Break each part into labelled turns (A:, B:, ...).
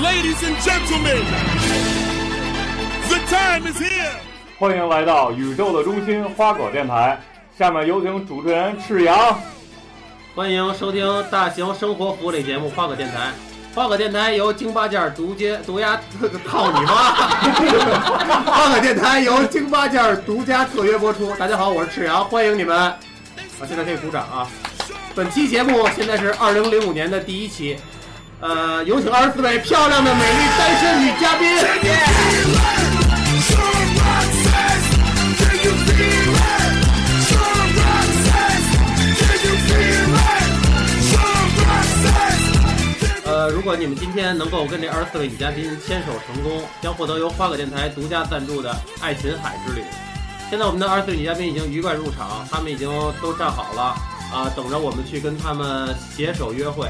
A: Ladies and gentlemen, the time is here.
B: 欢迎来到宇宙的中心花果电台，下面有请主持人赤阳。
C: 欢迎收听大型生活福利节目《花果电台》。花果电台由京八件儿独接独家 操你妈！花果电台由京八件儿独家特约播出。大家好，我是赤阳，欢迎你们！啊，现在可以鼓掌啊！本期节目现在是二零零五年的第一期，呃，有请二十四位漂亮的美丽单身女嘉宾。呃，如果你们今天能够跟这二十四位女嘉宾牵手成功，将获得由花果电台独家赞助的爱琴海之旅。现在我们的二十四位女嘉宾已经愉快入场，她们已经都站好了啊、等着我们去跟她们携手约会。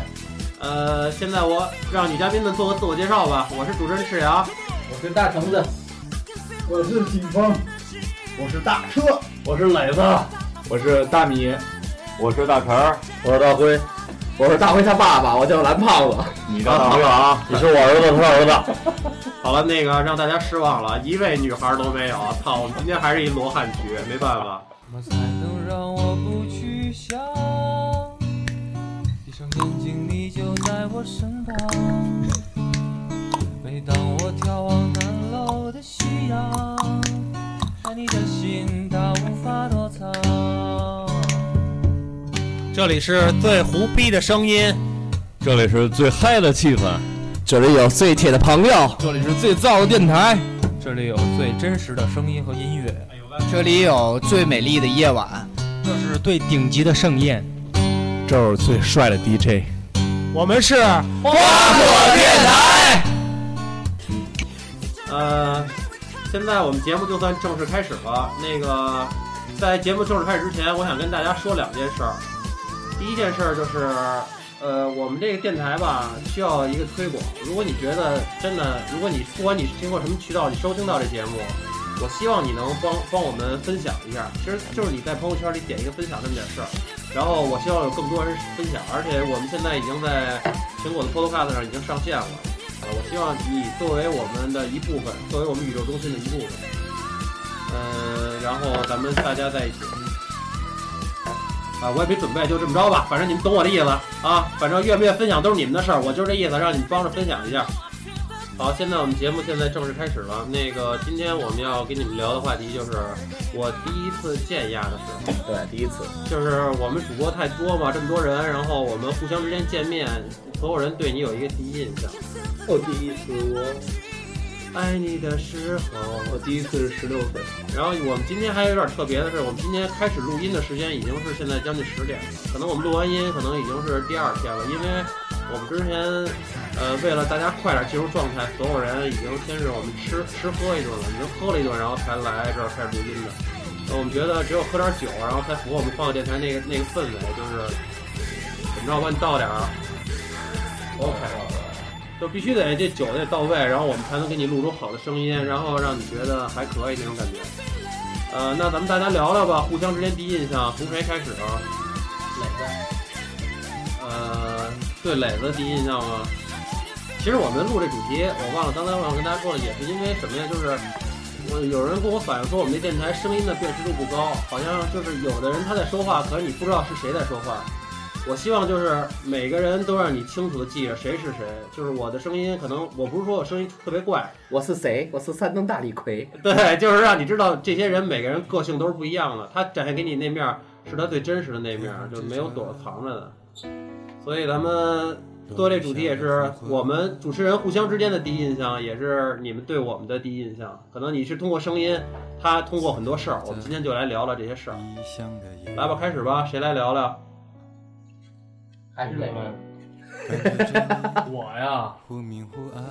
C: 呃，现在我让女嘉宾们做个自我介绍吧。我是主持人 赤阳，
D: 我是大橙子，
E: 我是景峰，
D: 我是大车，
E: 我是磊子，
B: 我是大米，我是大成儿，
D: 我是大辉，我是大辉他爸爸，我叫蓝胖子。
B: 你的朋友啊，
D: 你是我儿子，他儿子。
C: 好了，那个让大家失望了，一位女孩都没有。操，我们今天还是一罗汉局，没办法。
F: 怎么才能让我不去想？闭上眼睛，你就在我身旁。每当我眺望南楼的夕阳，爱你的心它无法躲藏。
G: 这里是最胡逼的声音，
H: 这里是最嗨的气氛，
D: 这里有最铁的朋友，
H: 这里是最燥的电台，这里有最真实的声音和音乐，
I: 这里有最美丽的夜晚。
G: 这是最顶级的盛宴。
H: 这是最帅的 DJ。
G: 我们是
C: 呃，现在我们节目就算正式开始了。那个，在节目正式开始之前，我想跟大家说两件事儿。第一件事儿就是，呃，我们这个电台吧，需要一个推广。如果你觉得真的，如果你不管你是通过什么渠道你收听到这节目，我希望你能帮帮我们分享一下。其实就是你在朋友圈里点一个分享这么点事儿，然后我希望有更多人分享。而且我们现在已经在苹果的 Podcast 上已经上线了。呃，我希望你作为我们的一部分，作为我们宇宙中心的一部分，呃，然后咱们大家在一起。啊，我也没准备，就这么着吧，反正你们懂我的意思啊。反正愿不愿意分享都是你们的事儿，我就这意思，让你们帮着分享一下。好，现在我们节目现在正式开始了。那个，今天我们要跟你们聊的话题就是我第一次见丫的时候。
D: 对，第一次，
C: 就是我们主播太多嘛，这么多人，然后我们互相之间见面，所有人对你有一个第一印象。
I: 哦
E: 我第一次我
C: 爱你的时候，
E: 我第一次是十六岁，
C: 然后我们今天还有点特别的是，我们今天开始录音的时间已经是现在将近十点了，可能我们录完音可能已经是第二天了，因为我们之前呃为了大家快点进入状态，所有人已经先是我们吃吃喝一顿了，已经喝了一顿，然后才来这儿开始录音的。呃我们觉得只有喝点酒，然后才符合我们放电台那个那个氛围，就是怎么着，我给你倒点儿，OK，就必须得这酒得到位，然后我们才能给你录出好的声音，然后让你觉得还可以那种感觉。呃，那咱们大家聊聊吧，互相之间第一印象，从谁开始啊？
D: 磊子，
C: 呃，对磊子第一印象吗？其实我们录这主题，我忘了刚才我想跟大家说了，也是因为什么呀？就是我有人跟我反映说我们这电台声音的辨识度不高，好像就是有的人他在说话，可是你不知道是谁在说话。我希望就是每个人都让你清楚的记着谁是谁，就是我的声音，可能我不是说我声音特别怪，
D: 我是谁？我是山东大李逵。
C: 对，就是让你知道这些人每个人个性都是不一样的，他展现给你那面儿是他最真实的那面儿，就没有躲着藏着的。所以咱们做这主题也是我们主持人互相之间的第一印象，也是你们对我们的第一印象。可能你是通过声音，他通过很多事儿，我们今天就来聊聊这些事儿。来吧，开始吧，谁来聊聊？
D: 还是磊子。
E: 我呀，
F: 忽明忽暗，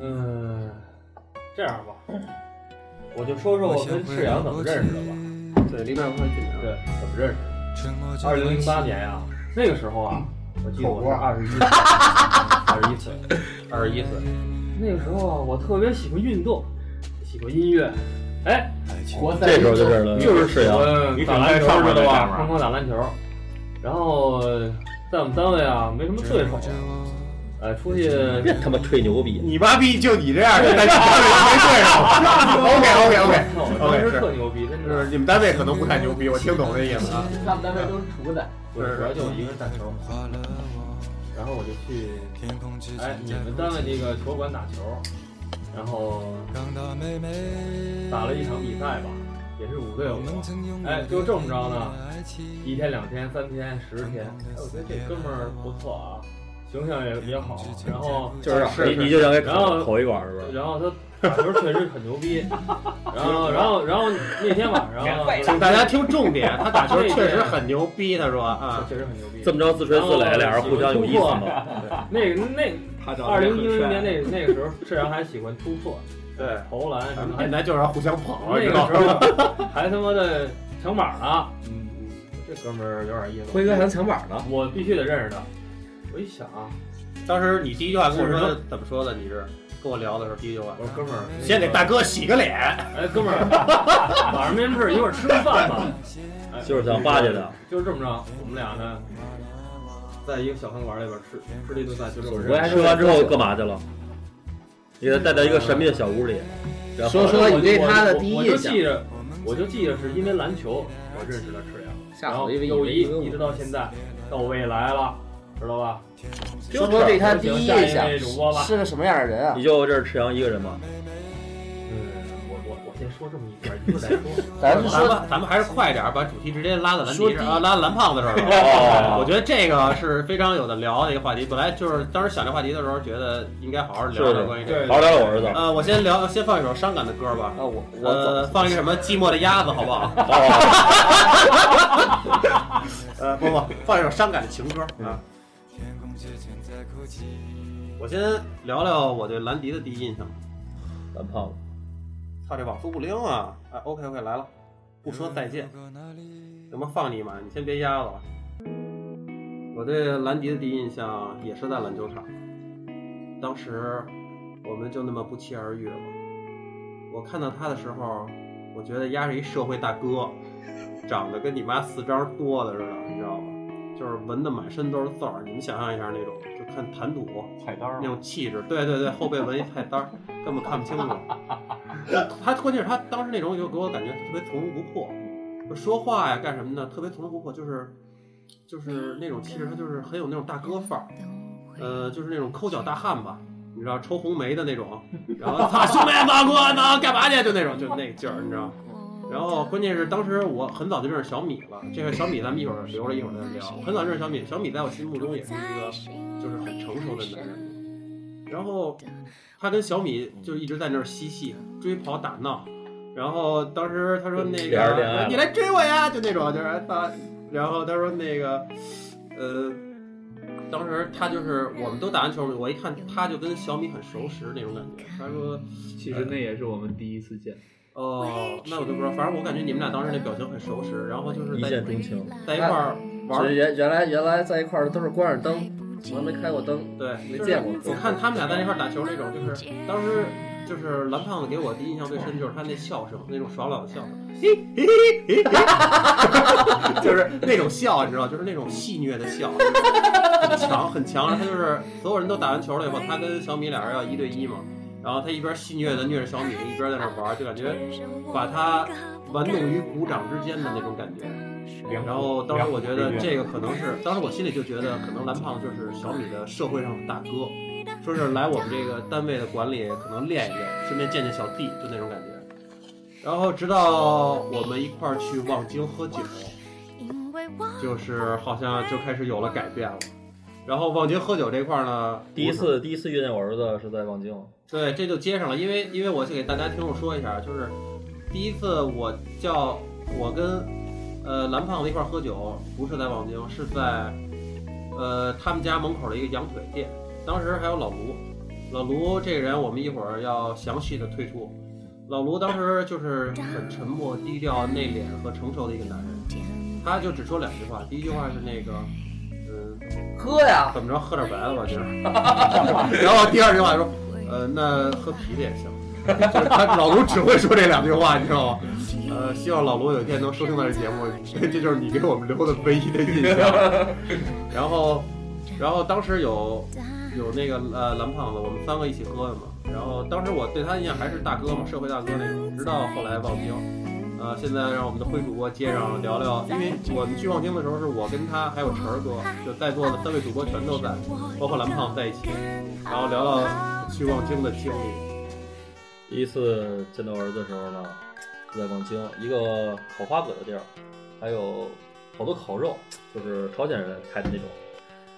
E: 嗯，这样吧，我就说说我跟赤阳怎么认识的吧。
F: 吧。
C: 对，离麦克风近点。
E: 对，怎么认识的？二
F: 二
E: 零
F: 零
E: 零
F: 零
E: 八
F: 八
E: 年
F: 年，
E: 呀、那个时候啊，我记得我是二十一岁，二十一岁，
C: 二十一岁，
E: 那个时候啊，我特别喜欢运动，喜欢音乐，哎，
D: 我
B: 这时候就认识了
E: 就是喜欢
B: 你
E: 打
B: 长
E: 篮
B: 在
E: 球
B: 上面
E: 知
B: 那
E: 道吧？
B: 上面
E: 疯狂打篮球，然后在我们单位啊没什么对手，呃，出去
D: 别他妈吹牛逼。
C: 你妈逼，就你这样的，在你单位没对上。OK OK OK，
E: 我们当时特牛逼，真
C: 就是
E: 的。
C: 你们单位可能不太牛逼，我听懂那意思啊。
E: 他们单位都是厨子，我主要就我一个人打球，然后我就去，哎，你们单位那个球馆打球，然后打了一场比赛吧，也是五对五，哎，就这么着呢，一天、两天、三天、十天，哎，我觉得这哥们儿不错啊，形象也也好，然后
D: 就是
C: 是
D: 你你就想给
E: 然后
D: 口口一管是吧？
E: 然后他打球确实很牛 逼，然后然后然后那天晚上，
C: 请大家听重点，他打球确实很牛逼，他说啊，
E: 确实很牛逼。
D: 这么着自吹自擂，俩人互相有意思嘛？
E: 那个那
C: 他
E: 二零一零年那那个时候，赤阳还喜欢突破、
C: 对，
E: 投篮什
C: 咱们
E: 么的
C: 现，在就是要互相捧，
E: 那
C: 知
E: 个
C: 道吗？
E: 时候还他妈的抢板呢。嗯这哥们儿有点意思。
D: 辉哥还能抢板呢，
E: 我必须得认识他。我一想，啊
C: 当时你第一句话跟我说怎么说的？你是跟我聊的时候第一句话
E: 我，说哥们儿，那个
C: 先给大哥洗个脸。
E: 哎，哥们儿，晚上没什么事儿，一会儿吃个饭 吧。哎
D: 就是想巴结他。
E: 就是这么着，我们俩呢，在一个小饭馆里边吃吃了一顿饭，就这么
D: 我
E: 着。
D: 还吃完之后干嘛去了？你给他带到一个神秘的小屋里，然后
E: 我
D: 呢
E: 就
I: 说你对他的第一
E: 我就我
I: 印
E: 就
I: 象
E: 记着，我就记着是因为篮球，我认识了赤阳，
I: 吓
E: 然
I: 死
E: 后
I: 我一
E: 友谊
I: 以为
E: 一直到现在，到未来了，知道吧？
I: 说说对他第一印象
E: 主播吧。
I: 是个什么样的人啊
D: 你？就这是赤阳一个人吗？
E: 嗯，我我我先说这么一段， 一会儿再说。
I: 咱们
C: 咱
I: 说
C: 们咱们还是快点儿，把主题直接拉到蓝
I: 说
C: 迪
I: 第
C: 这儿啊，拉到蓝胖子这儿了。
D: 哦
C: 我觉得这个是非常有的聊的一个话题。本来就是当时想这话题的时候，觉得应该好好聊聊关于这个。
E: 对，
D: 好好聊聊我儿子。
C: 呃，我先聊，先放一首伤感的歌吧。
I: 啊，我我走
C: 呃，放一个什么寂寞的鸭子，好不好？
D: 哦，
C: 呃，不不，放一首伤感的情歌啊。我先聊聊我对兰迪的第一印象。
D: 蓝胖子，
C: 操，这网速不灵啊！哎，OK OK，来了，不说再见。咱们放你一马，你先别压了。我对兰迪的第一印象也是在篮球场，当时我们就那么不期而遇了。我看到他的时候，我觉得丫是一社会大哥，长得跟你妈四张多的似的，你知道吗？就是纹的满身都是字儿，你们想象一下那种，就看谈吐
B: 菜单儿
C: 那种气质，对对对，后背纹一菜单儿，根本看不清楚。 他关键是他当时那种就给我感觉特别从容不迫，就说话呀干什么的特别从容不迫，就是就是那种气质，他就是很有那种大哥范儿，呃，就是那种抠脚大汉吧，你知道抽红梅的那种，然后操兄弟大哥，能干嘛去？就那种就那劲儿，你知道。然后关键是当时我很早就认识小米了，这个小米咱们一会儿留着一会儿再聊。我很早认识小米，小米在我心目中也是一个就是很成熟的男人。然后他跟小米就一直在那儿嬉戏、追跑、打闹。然后当时他说那
D: 俩嗯人恋爱
C: 个
D: 了
C: 你来追我呀，就那种就是他。然后他说那个呃，当时他就是我们都打完球，我一看他就跟小米很熟识那种感觉。他说
J: 其实那也是我们第一次见。
C: 哦，那我就不知道，反正我感觉你们俩当时那表情很熟识，然后就是
D: 一
C: 在
D: 见钟情。
C: 在一块儿玩
I: 其实
C: 儿，
I: 原原来原来在一块儿的都是关着灯，从来没开过灯。
C: 对，
I: 没
C: 就是
I: 见过
C: 我看他们俩在那块儿打球那种，就是当时就是蓝胖子给我的印象最深就是他那笑声，那种爽朗的笑声， 就是那种笑，你知道，就是那种戏谑的笑，很强很强。然后他就是所有人都打完球了以后，他跟小米俩人要一对一嘛，然后他一边戏谑的虐着小米，一边在那玩儿，就感觉把他玩弄于股掌之间的那种感觉。然后当时我觉得这个可能是，当时我心里就觉得可能蓝胖就是小米的社会上的大哥，说是来我们这个单位的管理可能练一练，顺便见见小弟，就那种感觉。然后直到我们一块儿去望京喝酒，就是好像就开始有了改变了。然后望京喝酒这块儿呢，
D: 第一次第一次遇见我儿子是在望京，
C: 对，这就接上了，因为因为我先给大家听众说一下，就是第一次我叫我跟呃蓝胖子一块儿喝酒，不是在望京，是在呃他们家门口的一个羊腿店，当时还有老卢，老卢这个人我们一会儿要详细的推出。老卢当时就是很沉默、低调、内敛和成熟的一个男人，他就只说两句话，第一句话是那个，嗯，
I: 喝呀，
C: 怎么着喝点白的吧，今儿。 然后第二句话说，呃，那喝啤的也行。就是他老卢只会说这两句话，你知道吗？呃，希望老卢有一天能 收听到这节目，这就是你给我们留的唯一的印象。然后然后当时有有那个呃蓝胖子，我们三个一起喝的嘛。然后当时我对他印象还是大哥嘛，社会大哥那种。直到后来望京，呃，现在让我们的灰主播接上聊聊，因为我们去望京的时候是我跟他还有晨儿哥，就在座的三位主播全都在，包括蓝胖子在一起，然后聊聊去望京的经历。
D: 第一次见到儿子的时候呢，是在望京一个烤花子的地儿，还有好多烤肉，就是朝鲜人开的那种。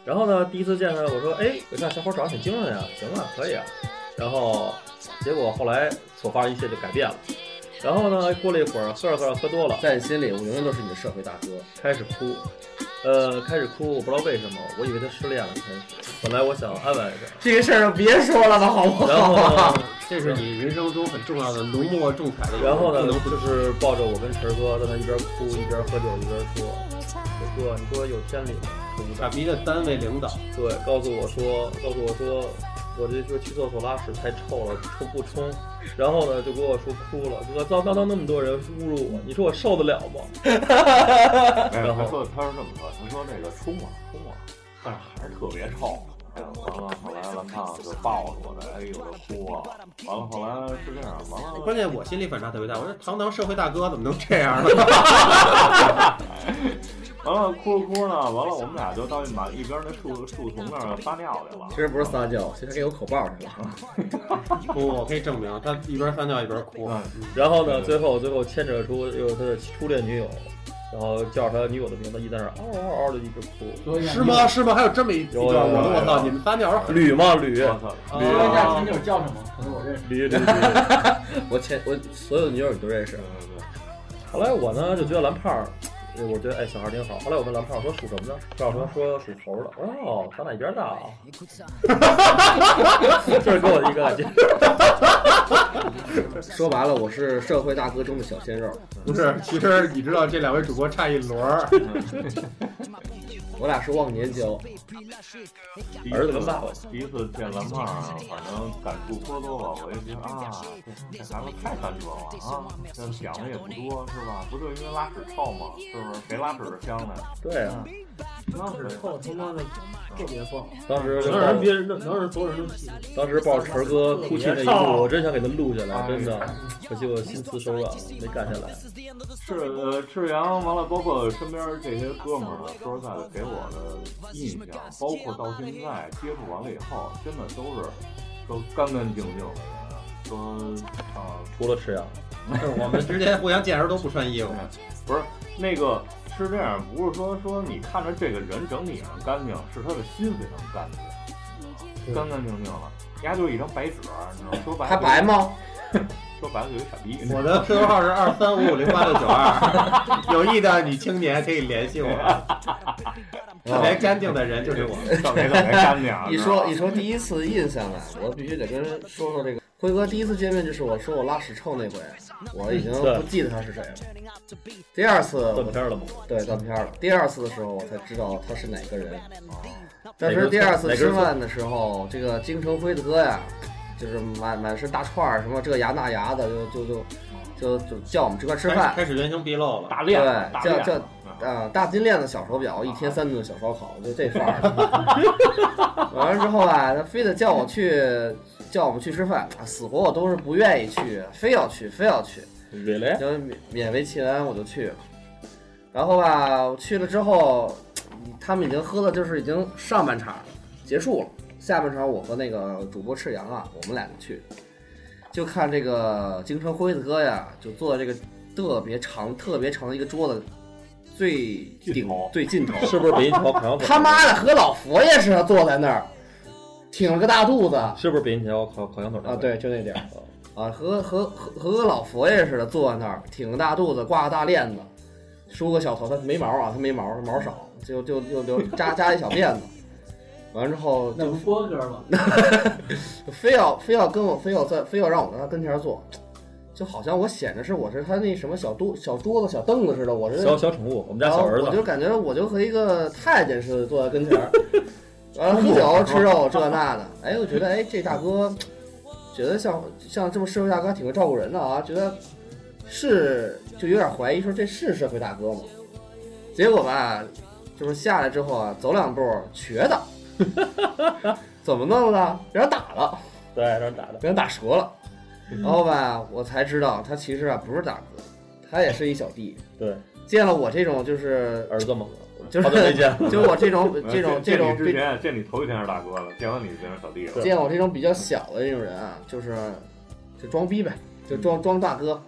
D: 然后呢，第一次见他，我说，哎，我看小伙长得挺精神的呀，行啊，可以啊。然后结果后来所发生一切就改变了。然后呢，过了一会儿，喝着喝着喝多了，
I: 在你心里，我永远都是你的社会大哥。
D: 开始哭，呃，开始哭，我不知道为什么，我以为他失恋了，开始。本来我想安慰一下，
I: 这个事儿就别说了吧，好不
D: 然 后
I: 好？
D: 呢，
C: 这是你人生中很重要的浓墨重彩的一个
D: 然后呢
B: 嗯
C: 不能，
D: 就是抱着我跟晨儿哥在那一边哭一边喝酒一边说：“哥，你给我有天理吗
C: 傻逼的单位领导，？”
D: 对，告诉我说，告诉我说，我这就去厕所拉屎太臭了，冲不冲？然后呢，就跟我说哭了，哥，遭遭到那么多人侮辱我，你说我受得了吗？
B: 哎，
D: 然
B: 他
D: 后
B: 说他是这么说，他说那个冲啊冲啊，但是还是特别臭。哎呀，完了，后来蓝胖子就抱着我的，哎呦，我就哭啊。完了，后来是这样，完了
C: 关键我心里反差特别大，我说堂堂社会大哥怎么能这样 呢？
B: 完了哭着哭着呢，完了我们俩就到一马一边那树树丛那儿撒尿去了
I: 其。实不是撒娇，其实给我口爆去了。
C: 不，我可以证明他一边撒尿一边哭。
I: 嗯
D: 然后
B: 对
D: 呢，
B: 对
D: 最后最后牵扯出又是他的初恋女友，然后叫着他女友的名字，一直在那儿嗷嗷嗷的一直哭。
E: 说一下
C: 是吗？？是吗？还有这么一一段，
D: 有有有
C: 我说我操，
B: 有
C: 你们撒尿是很
D: 吕嘛吕，
B: 我操！
E: 说一下前女友叫什么？可能我认识。
D: 驴驴驴。
I: 我前我所有的女友你都认识，啊
D: 后来我呢就觉得蓝胖儿，呃我觉得哎小孩儿挺好。后来我问蓝胖儿我说属什么呢？告诉我说属猴的。我说哦，咱俩一边大啊。就是给我一个感觉。
I: 说白了，我是社会大哥中的小鲜肉。
C: 不是，其实你知道这两位主播差一轮儿，
I: 我俩是忘年交，
D: 儿子跟爸爸
B: 第一次见蓝胖儿，反正感触颇多吧。我就觉得啊，这这孩子太单纯了啊，这想的也不多是吧？不就因为拉屎臭吗？是不是？谁拉屎的香呢？
D: 对啊，
E: 当时臭他妈的特别棒，
D: 当时就
E: 能让人别人能让人所有人都气。
D: 当时抱着晨儿哥哭泣那一幕，我真想给他录下来，真
C: 哎
D: 的。可惜我心慈手软，没干下来。
B: 是呃，赤阳完了，包括身边这些哥们儿呢，说实在的，给我的印象，包括到现在接触完了以后，真的都是都干干净净的人，都啊、
D: 除了吃羊，
C: 就是 我们之间互相见时候都不穿衣服。
B: 不是那个是这样，不是说说你看着这个人整体上干净，是他的心非常干净，干干净净了，人家就是一张白纸，你知道吗？说白了
I: 还白？吗？
B: 说白了就是一傻逼。
C: 我的 QQ 号是二三五五零八六九二，有意的女青年可以联系我。特别干净的人就是我。
B: 特别特别干净啊
I: 啊，一说一说第一次印象啊，我必须得跟人说说这个。辉哥第一次见面就是我说我拉屎臭那回，我已经不记得他是谁了。第二次
D: 断
I: 我
D: 片儿了吗？
I: 对断片了，第二次的时候我才知道他是哪个人。
D: 哪
I: 当
D: 根
I: 时第二
D: 葱
I: 次
D: 哪
I: 吃
D: 根葱
I: 饭的时候，这个京城辉哥呀，就是满满身大串儿，什么这牙那牙的，就就就就就叫我们这块儿吃
D: 哎
I: 饭。
C: 开始原形毕露了。
B: 大练
I: 对
B: 大
I: 这
B: 练
I: 这啊，大金链子小手表，一天三顿小烧烤，就这范儿。 完了之后吧，他非得叫我去，叫我们去吃饭，啊死活我都是不愿意去，非要去，非要去，
D: 瑞雷，
I: 就勉勉为其难我就去了。然后吧，我去了之后，他们已经喝的就是已经上半场结束了，下半场我和那个主播赤阳啊，我们俩就去，就看这个京城辉子哥呀，就坐在这个特别长、特别长的一个桌子最
B: 尽
I: 顶
B: 头
I: 最尽头，
D: 是不是北京桥烤羊粉？
I: 他妈的和老佛爷似的坐在那儿，挺了个大肚子啊，
D: 是不是北京桥烤烤羊腿？，
I: 对，就那点儿啊，和和和和个老佛爷似的坐在那儿，挺个大肚子，挂个大链子，梳个小头，他没毛啊，他没毛，毛少，就就就留扎扎一小辫子，完之后
E: 那
I: 就
E: 不郭哥吗？
I: 非要非要跟我非要在非要让我在他跟前儿坐，就好像我显着是我是他那什么小桌小桌子小凳子似的，我是
D: 小小宠物，我们家
I: 然
D: 小
I: 后
D: 儿
I: 我就
D: 子。
I: 感觉我就和一个太监似的坐在跟前儿，完了喝哎 酒吃肉这那的，哎，我觉得哎这大哥，觉得像像这么社会大哥还挺会照顾人的啊，觉得是就有点怀疑说这是社 会大哥吗？结果吧，就是下来之后啊，走两步瘸的，怎么弄的？让人打了，
D: 对，让人打的，嗯
I: 让人打折了。然后吧，我才知道他其实啊不是大哥，他也是一小弟。
D: 对，
I: 见了我这种就是
D: 儿子嘛，
I: 就是
D: 好久没见了
I: 就是我这 种这种这种
B: 见你之前见你头一天是大哥了，见完你就变成小弟了。
I: 见我这种比较小的这种人啊，就是就装逼呗，就
D: 嗯
I: 装装大哥。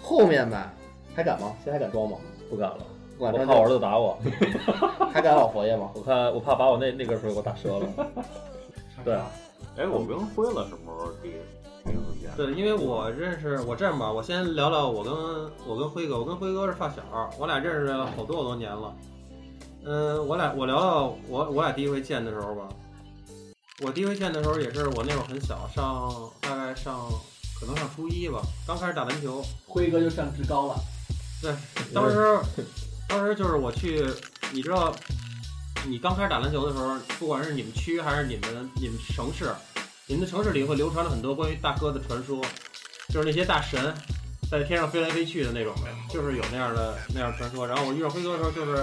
I: 后面吧，还敢吗？现在还敢装吗？
D: 不敢了，
I: 不敢
D: 我
I: 装
D: 怕
I: 就
D: 我儿子打我，
I: 还敢老佛爷吗？
D: 我看我怕把我那那根手给我打折了。对，
B: 哎，我跟辉了什么时候第一第一次见？
C: 对，因为我认识我这样吧，我先聊聊我跟我跟辉哥，我跟辉哥是发小，我俩认识了好多好多年了。嗯，我俩我聊聊我我俩第一回见的时候吧，我第一回见的时候也是我那会儿很小，上大概上可能上初一吧，刚开始打篮球。
K: 辉哥就上职高了。
C: 对，当时当时就是我去，你知道，你刚开始打篮球的时候，不管是你们区还是你们你们城市，你们的城市里会流传了很多关于大哥的传说，就是那些大神在天上飞来飞去的那种呗，就是有那样的那样的传说。然后我遇到辉哥的时候，就是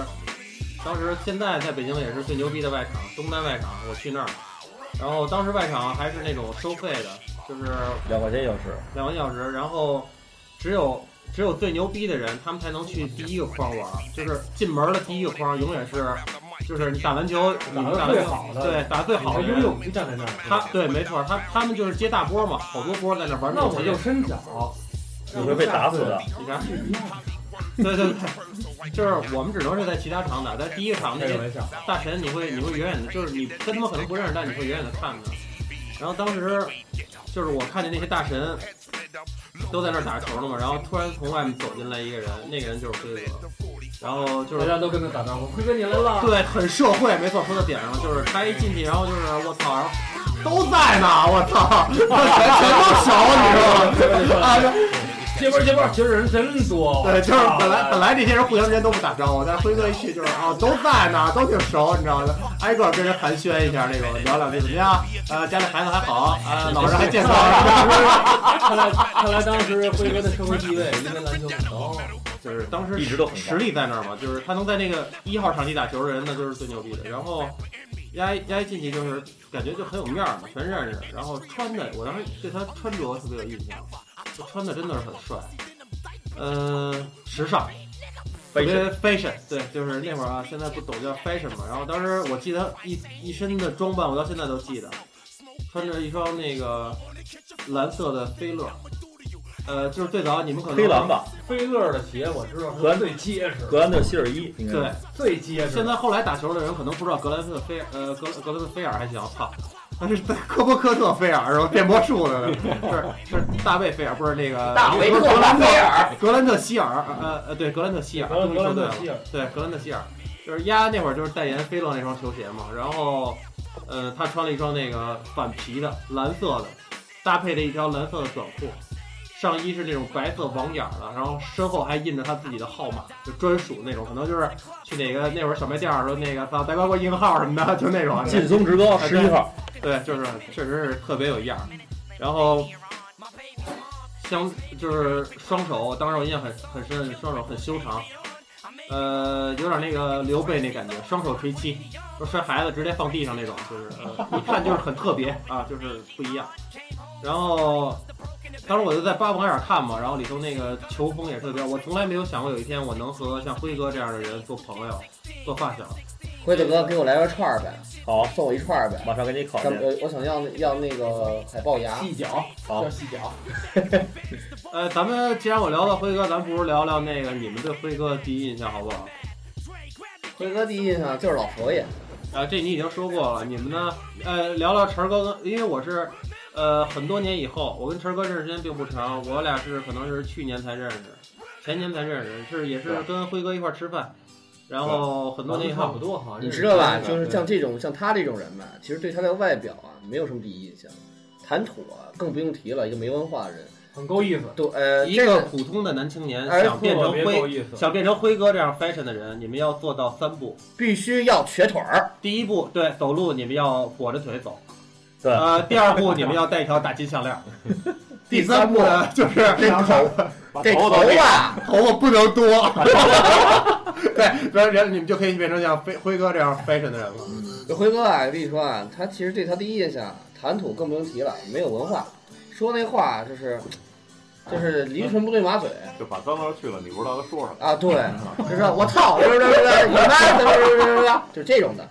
C: 当时现在在北京也是最牛逼的外场，东单外场，我去那儿，然后当时外场还是那种收费的，就是
D: 两块钱一小时，
C: 两个小时，然后只有只有最牛逼的人，他们才能去第一个框玩，就是进门的第一个框永远是，就是你打篮球，你们打
E: 打得
C: 篮
E: 最
C: 球
E: 好的
C: 对，打得最好的
E: 你还
C: 人，
E: 有勇气站在那儿
C: 他对，没错，他他们就是接大波嘛，好多波在那玩。
E: 那我就伸
C: 脚，
E: 你会被打死的
C: 你看，对对对，就是我们只能是在其他场打，在第一个场那
E: 开
C: 些
E: 个玩笑
C: 大神，你会你会远远的，就是你跟他们可能不认识，但你会远远的看着。然后当时就是我看见那些大神都在那儿打球呢嘛，然后突然从外面走进来一个人，那个人就是辉哥，然后就是
E: 大家都跟他打招呼辉哥您来 了
C: 对，很社会，没错，说到点上了，就是他一进去，然后就是我操，然后都在呢，我操，全全都熟，你知道吗？啊，这
E: 接班接班，其实人真多。
C: 对，就是
E: 我操
C: 本来本来这些人互相之间都不打招呼，但是辉哥一去就是啊、都在呢，都挺熟，你知道吗？挨个跟人寒暄一下那种，聊两句怎么样？呃，家里孩子还好？呃，老人还健康？
E: 看来看来当时辉哥的社会地位因为篮球很高，啊
C: 就是当时一直都实力在那儿嘛，就是他能在那个一号场地打球的人，那就是最牛逼的。然后丫一丫一进去就是感觉就很有面儿嘛，全认识。然后穿的，我当时对他穿着特别有印象，就穿的真的是很帅，嗯、时尚。特别 fashion，对，就是那会儿啊，现在不懂叫 fashion 嘛。然后当时我记得一一身的装扮，我到现在都记得，穿着一双那个蓝色的飞乐，呃，就是最早你们可能
D: 黑蓝吧，
E: 飞乐的鞋我知道
D: 格
E: 是
D: 兰
E: 最结实，
D: 格兰的希尔伊，应该
C: 对，
E: 最结实的。
C: 现在后来打球的人可能不知道格兰特菲呃格格兰特菲尔还行，操，但 是科波科特菲尔是吧？变魔术 的呢，是是大卫菲尔，不是那个
I: 大卫
C: 不是
I: 特
C: 格兰特
I: 菲尔
C: 格兰特希尔，呃呃对，格兰特希尔，
E: 格兰
C: 终于说对了
E: 格兰特希尔
C: 对格兰特希尔，就是丫那会儿就是代言菲乐那双球鞋嘛，然后呃他穿了一双那个反皮的蓝色的，搭配了一条蓝色的短裤。上衣是那种白色网眼儿的，然后身后还印着他自己的号码，就专属那种，可能就是去哪个那会儿小卖店儿说那个操白包过印个号什么的，就那种。
D: 劲松直高
C: 啊对
D: 11号
C: 对，就是确实是特别有样儿。然后相就是双手，当时我印象很很深，双手很修长，呃，有点那个刘备那感觉，双手垂膝，就摔孩子直接放地上那种， 就是、呃、一看就是很特别啊，就是不一样。然后当时我就在八网眼看嘛，然后里头那个球风也特别，我从来没有想过有一天我能和像辉哥这样的人做朋友，做发小。
I: 辉子哥，给我来个串儿呗，
D: 好，啊
I: 送我一串儿呗，
D: 马上给你烤去
I: 咱们我我想要那要那个海豹牙，
E: 细脚，
D: 好
E: 细脚。
C: 呃，咱们既然我聊到辉哥，咱不如聊聊那个你们对辉哥的第一印象好不好？
I: 辉哥第一印象就是老佛爷，
C: 啊，这你已经说过了。你们呢？呃，聊聊晨儿哥跟，因为我是，呃，很多年以后，我跟晨儿哥认识时间并不长，我俩是可能是去年才认识，前年才认识，是也是跟辉哥一块儿吃饭，然后很多年以后，
E: 嗯
I: 你知道吧？就是像这种像他这种人吧，其实对他的外表啊没有什么第一印象，谈吐啊更不用提了，一个没文化的人，
E: 很够意思。
I: 对，呃，
C: 一
I: 这
C: 个普通的男青年
I: 哎
C: 想变成
I: 特别够意
C: 辉，
I: 思
C: 想变成辉哥这样 fashion 的人，你们要做到三步，
I: 必须要瘸腿儿。
C: 第一步，对，走路你们要裹着腿走。
D: 对
C: 呃，第二步你们要带一条大金项链儿。第三步呢，就是
I: 这头，这啊头 发，
C: 头发不能多。对，然后然后你们就可以变成像辉辉哥这样 fashion 的人了。
I: 这辉哥啊，我跟你说啊，他其实对他第一印象，谈吐更不用提了，没有文化，说那话就是就是驴唇不对马嘴
B: 就把脏招去了，你不知道他说什么
I: 啊，对，就是我操，是不是不是不是你妈怎么是不是不是，就是这种的。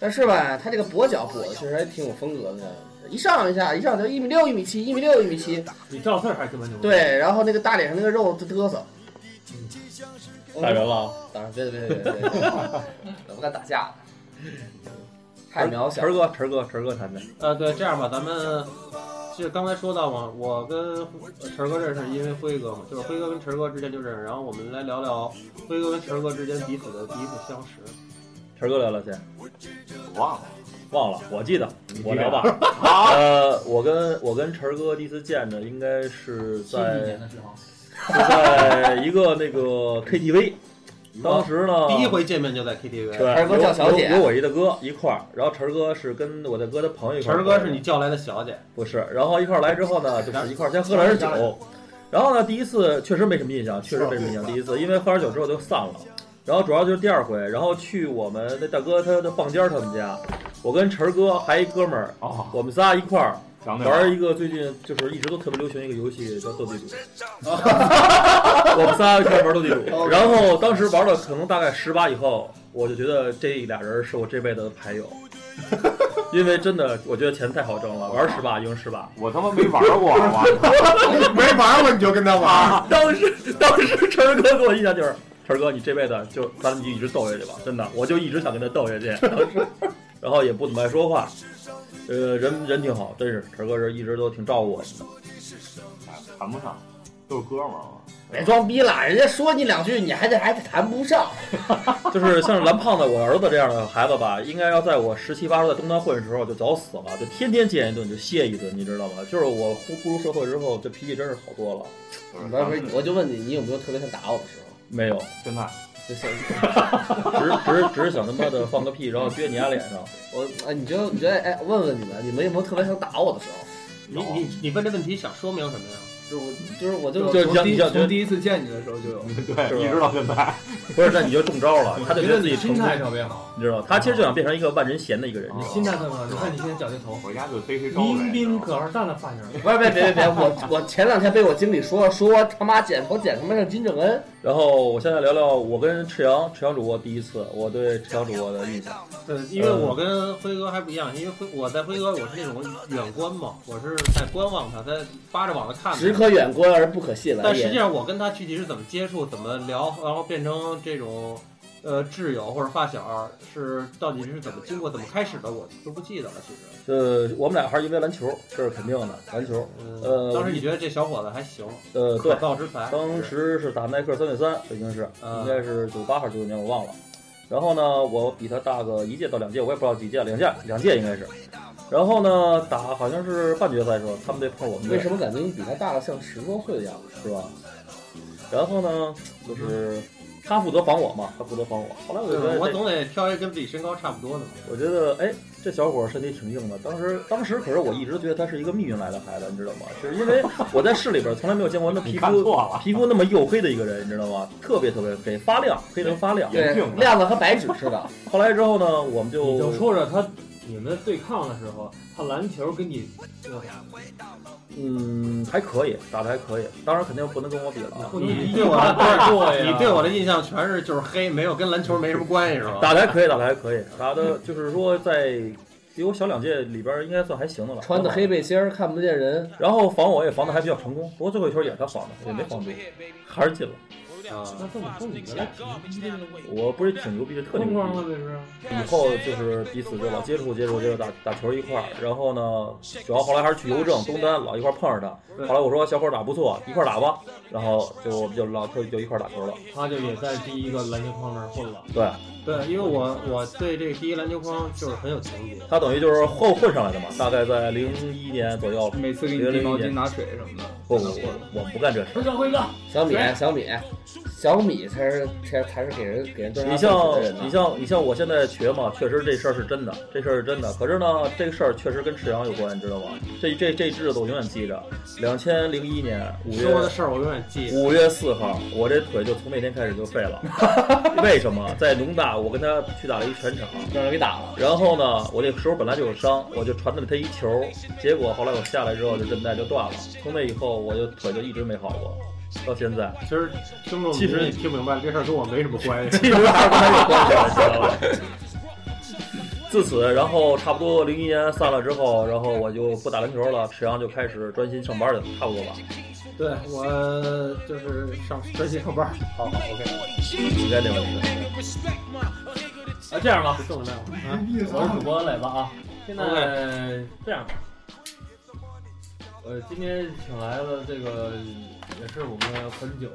I: 但是吧，他这个跛脚跛的确实还挺有风格的，一上一下，一上就一米六、一米七、一米六、一米七，
C: 比赵四还他妈牛。嗯
I: 对，然后那个大脸上那个肉就嘚瑟，
D: 打人了，
I: 打人，别别别别别，我不敢打架了，太渺小
D: 晨。儿哥，晨儿哥，晨儿哥谈谈。
C: 呃，对，这样吧，咱们就是刚才说到嘛，我跟晨儿哥认识是因为辉哥嘛，就是辉哥跟晨儿哥之间就认识，然后我们来聊聊辉哥跟晨儿哥之间彼此的第一次相识。
D: 晨儿哥聊聊先，
B: 忘了，
D: 忘了，我记得，我聊吧。
B: 好
D: 呃，我跟我跟晨儿哥第一次见着应该是
E: 一
D: 在
E: 年的时候，
D: 是在一个那个 KTV，当时呢，
C: 第一回见面就在 KTV，
D: 对，
I: 晨儿哥叫小姐
D: 有有有我一大哥一块儿，然后晨儿哥是跟我的哥他朋友一块
C: 晨
D: 儿。
C: 儿哥是你叫来的小姐，
D: 不是，然后一块儿来之后呢，就是一块儿先喝了点酒，然后呢，第一次确实没什么印象，确实没什么印象。第一次，因为喝完酒之后就散了，然后主要就是第二回，然后去我们那大哥他的棒尖儿他们家，我跟晨儿哥还一哥们儿，
B: 哦，
D: 我们仨一块儿
B: 想起来
D: 玩
B: 了
D: 一个最近就是一直都特别流行一个游 戏叫斗地主，我们仨一块儿玩斗地 主，然后当时玩了可能大概十把以后，我就觉得这俩人是我这辈子的牌友。 因为真的，我觉得钱太好挣了，玩十把赢十把，
B: 我他妈没玩过，啊我
E: 没玩过你就跟他玩，
C: 啊
D: 当时当时晨儿哥给我印象就是，晨儿哥你这辈子就咱们就一直斗下去吧，真的，我就一直想跟他斗 下去。当时，然后也不怎么爱说话，呃，人人挺好，真是晨儿哥是一直都挺照顾我的。
B: 谈不上，就是哥们儿嘛。
I: 别装逼了，人家说你两句，你还得还得谈不上。
D: 就是像蓝胖子我儿子这样的孩子吧，应该要在我十七八岁在东单混的时候就早死了，就天天见一顿就歇一顿，你知道吗？就是我步步入社会之后，这脾气真是好多了。
B: 就是
I: 我
B: 咱们
I: 我就问你，你有没有特别想打我的时候？
D: 没有，
B: 现 在
I: 就想
D: 只只只是想他妈的放个屁，然后撅你家脸上。
I: 我啊，你觉得你觉得哎，问问你们，你们有没有特别想打我的时候？
C: 你你你问这问题想说明什么呀？
I: 就是我就是我就
D: 就
J: 从
D: 像
J: 第
D: 像
J: 从第一次见你的时候就有，
B: 对，一直到现在，
D: 不是，那你就中招了，他就觉得自己成
E: 心
D: 功
E: 态特别
I: 哦
E: 好，
D: 你知道吗，他其实就想变成一个万人嫌的一个人。
E: 你心态特别好。你看你现在绞这 头，
B: 我家就逮谁招
E: 迎
B: 谁。
E: 宾可而淡的发型，
I: 不是别别别别，我我前两天被我经理说说他妈剪头剪他妈像金正恩，
D: 然后我现在聊聊我跟赤阳赤阳主播第一次，我对赤阳主播的印象。
C: 对，因为我跟辉哥还不一样，因为辉我在辉哥我是那种远观嘛，我是在观望他，在扒着网子看
I: 只
C: 他。
I: 可远观而不可亵
C: 但
I: 玩
C: 实际
I: 焉。
C: 上我跟他具体是怎么接触、怎么聊，然后变成这种呃挚友或者发小，是到底是怎么经过、怎么开始的，我都不记得了。其实，
D: 呃，我们俩还是因为篮球，这是肯定的，篮球。
C: 嗯，
D: 呃
C: 当时你觉得这小伙子还行，
D: 呃，
C: 可
D: 对，
C: 造之才。
D: 当时是打耐克三对三，北京市，
C: 嗯
D: 应该是九八还是九九年，我忘了。然后呢，我比他大个一届到两届，我也不知道几届，两届两届应该是。然后呢，打好像是半决赛的时候，他们队碰我们队，
I: 为什么感觉你比他大了像十多岁的样子？
D: 是吧？然后呢，就是他负责防我嘛，他负责防我。后来我就觉得
C: 对
D: 这，
C: 嗯我总得挑一个跟自己身高差不多的嘛。
D: 我觉得，哎，这小伙儿身体挺硬的。当时，当时可是我一直觉得他是一个密云来的孩子，你知道吗？就是因为我在市里边从来没有见过那
B: 你
D: 皮
B: 看
D: 肤
B: 错了，
D: 皮肤那么黝黑的一个人，你知道吗？特别特别黑，发亮，黑成发亮。
I: 对
B: 眼镜，
I: 亮子和白纸似的。
D: 后来之后呢，我们
E: 你就
D: 就
E: 说着他你们对抗的时候，他篮球跟你，
D: 嗯还可以，打的还可以。当然肯定不能跟我比了啊，
E: 不能
C: 你
E: 一
C: 对
E: 句
C: 我
E: 话
C: 的
E: 带过呀。
C: 你对我的印象全是就是黑，没有跟篮球没什么关系是吧？
D: 打的还可以，打的还可以，打的就是说在比我小两届里边应该算还行的了。
I: 穿的黑背心儿看不见人，
D: 然后防我也防的还比较成功，不过最后一球也是他防的，也没防住，还是进了。
E: 那这么说，你原来挺牛逼
D: 我不是挺牛逼的，特
E: 的，
D: 牛
E: 风光
D: 逼
E: 了。这是。
D: 以后就是彼此就老接触接触，接触打打球一块儿。然后呢，主要后来还是去邮政东单，老一块儿碰着他。后来我说小伙儿打不错，一块儿打吧。然后就我们就老就就一块儿打球了。
E: 他就也在第一个篮球框那儿混了。
D: 对
C: 对，因为我我对这个第一篮球框就是很有情节。
D: 他等于就是混混上来的嘛，大概在零一年左右。
J: 每次给你递毛巾、拿水什么的。
D: 不不不，我们不干这事。
E: 叫辉哥，
I: 小米小米，小米才是才才是给人给人
D: 你像你像你像我现在学嘛，确实这事儿是真的，这事儿是真的。可是呢，这个事儿确实跟赤羊有关，你知道吗？这这这日子我永远记着，两千零一年五月
C: 说的事儿我永远记。
D: 五月四号，我这腿就从那天开始就废了。为什么？在农大，我跟他去打了一全场，
I: 让人给打了。
D: 然后呢，我那时候本来就有伤，我就传了他一球，结果后来我下来之后，就韧带就断了。从那以后，我就腿就一直没好过。到现在，
C: 其实听众，
D: 其实
C: 你听明白了，这事儿跟我没什么关系，
D: 其实还跟他有关系，你知道吧？ 自此，然后差不多零一年散了之后，然后我就不打篮球了，实际上就开始专心上班去了，差不多吧。
C: 对我就是上专心上班。好好，OK。
D: 应该没问题。
E: 啊，这样吧，
C: 这么着，
E: 啊我是主播磊子啊。现在这样吧，我呃今天请来了这个也是我们很久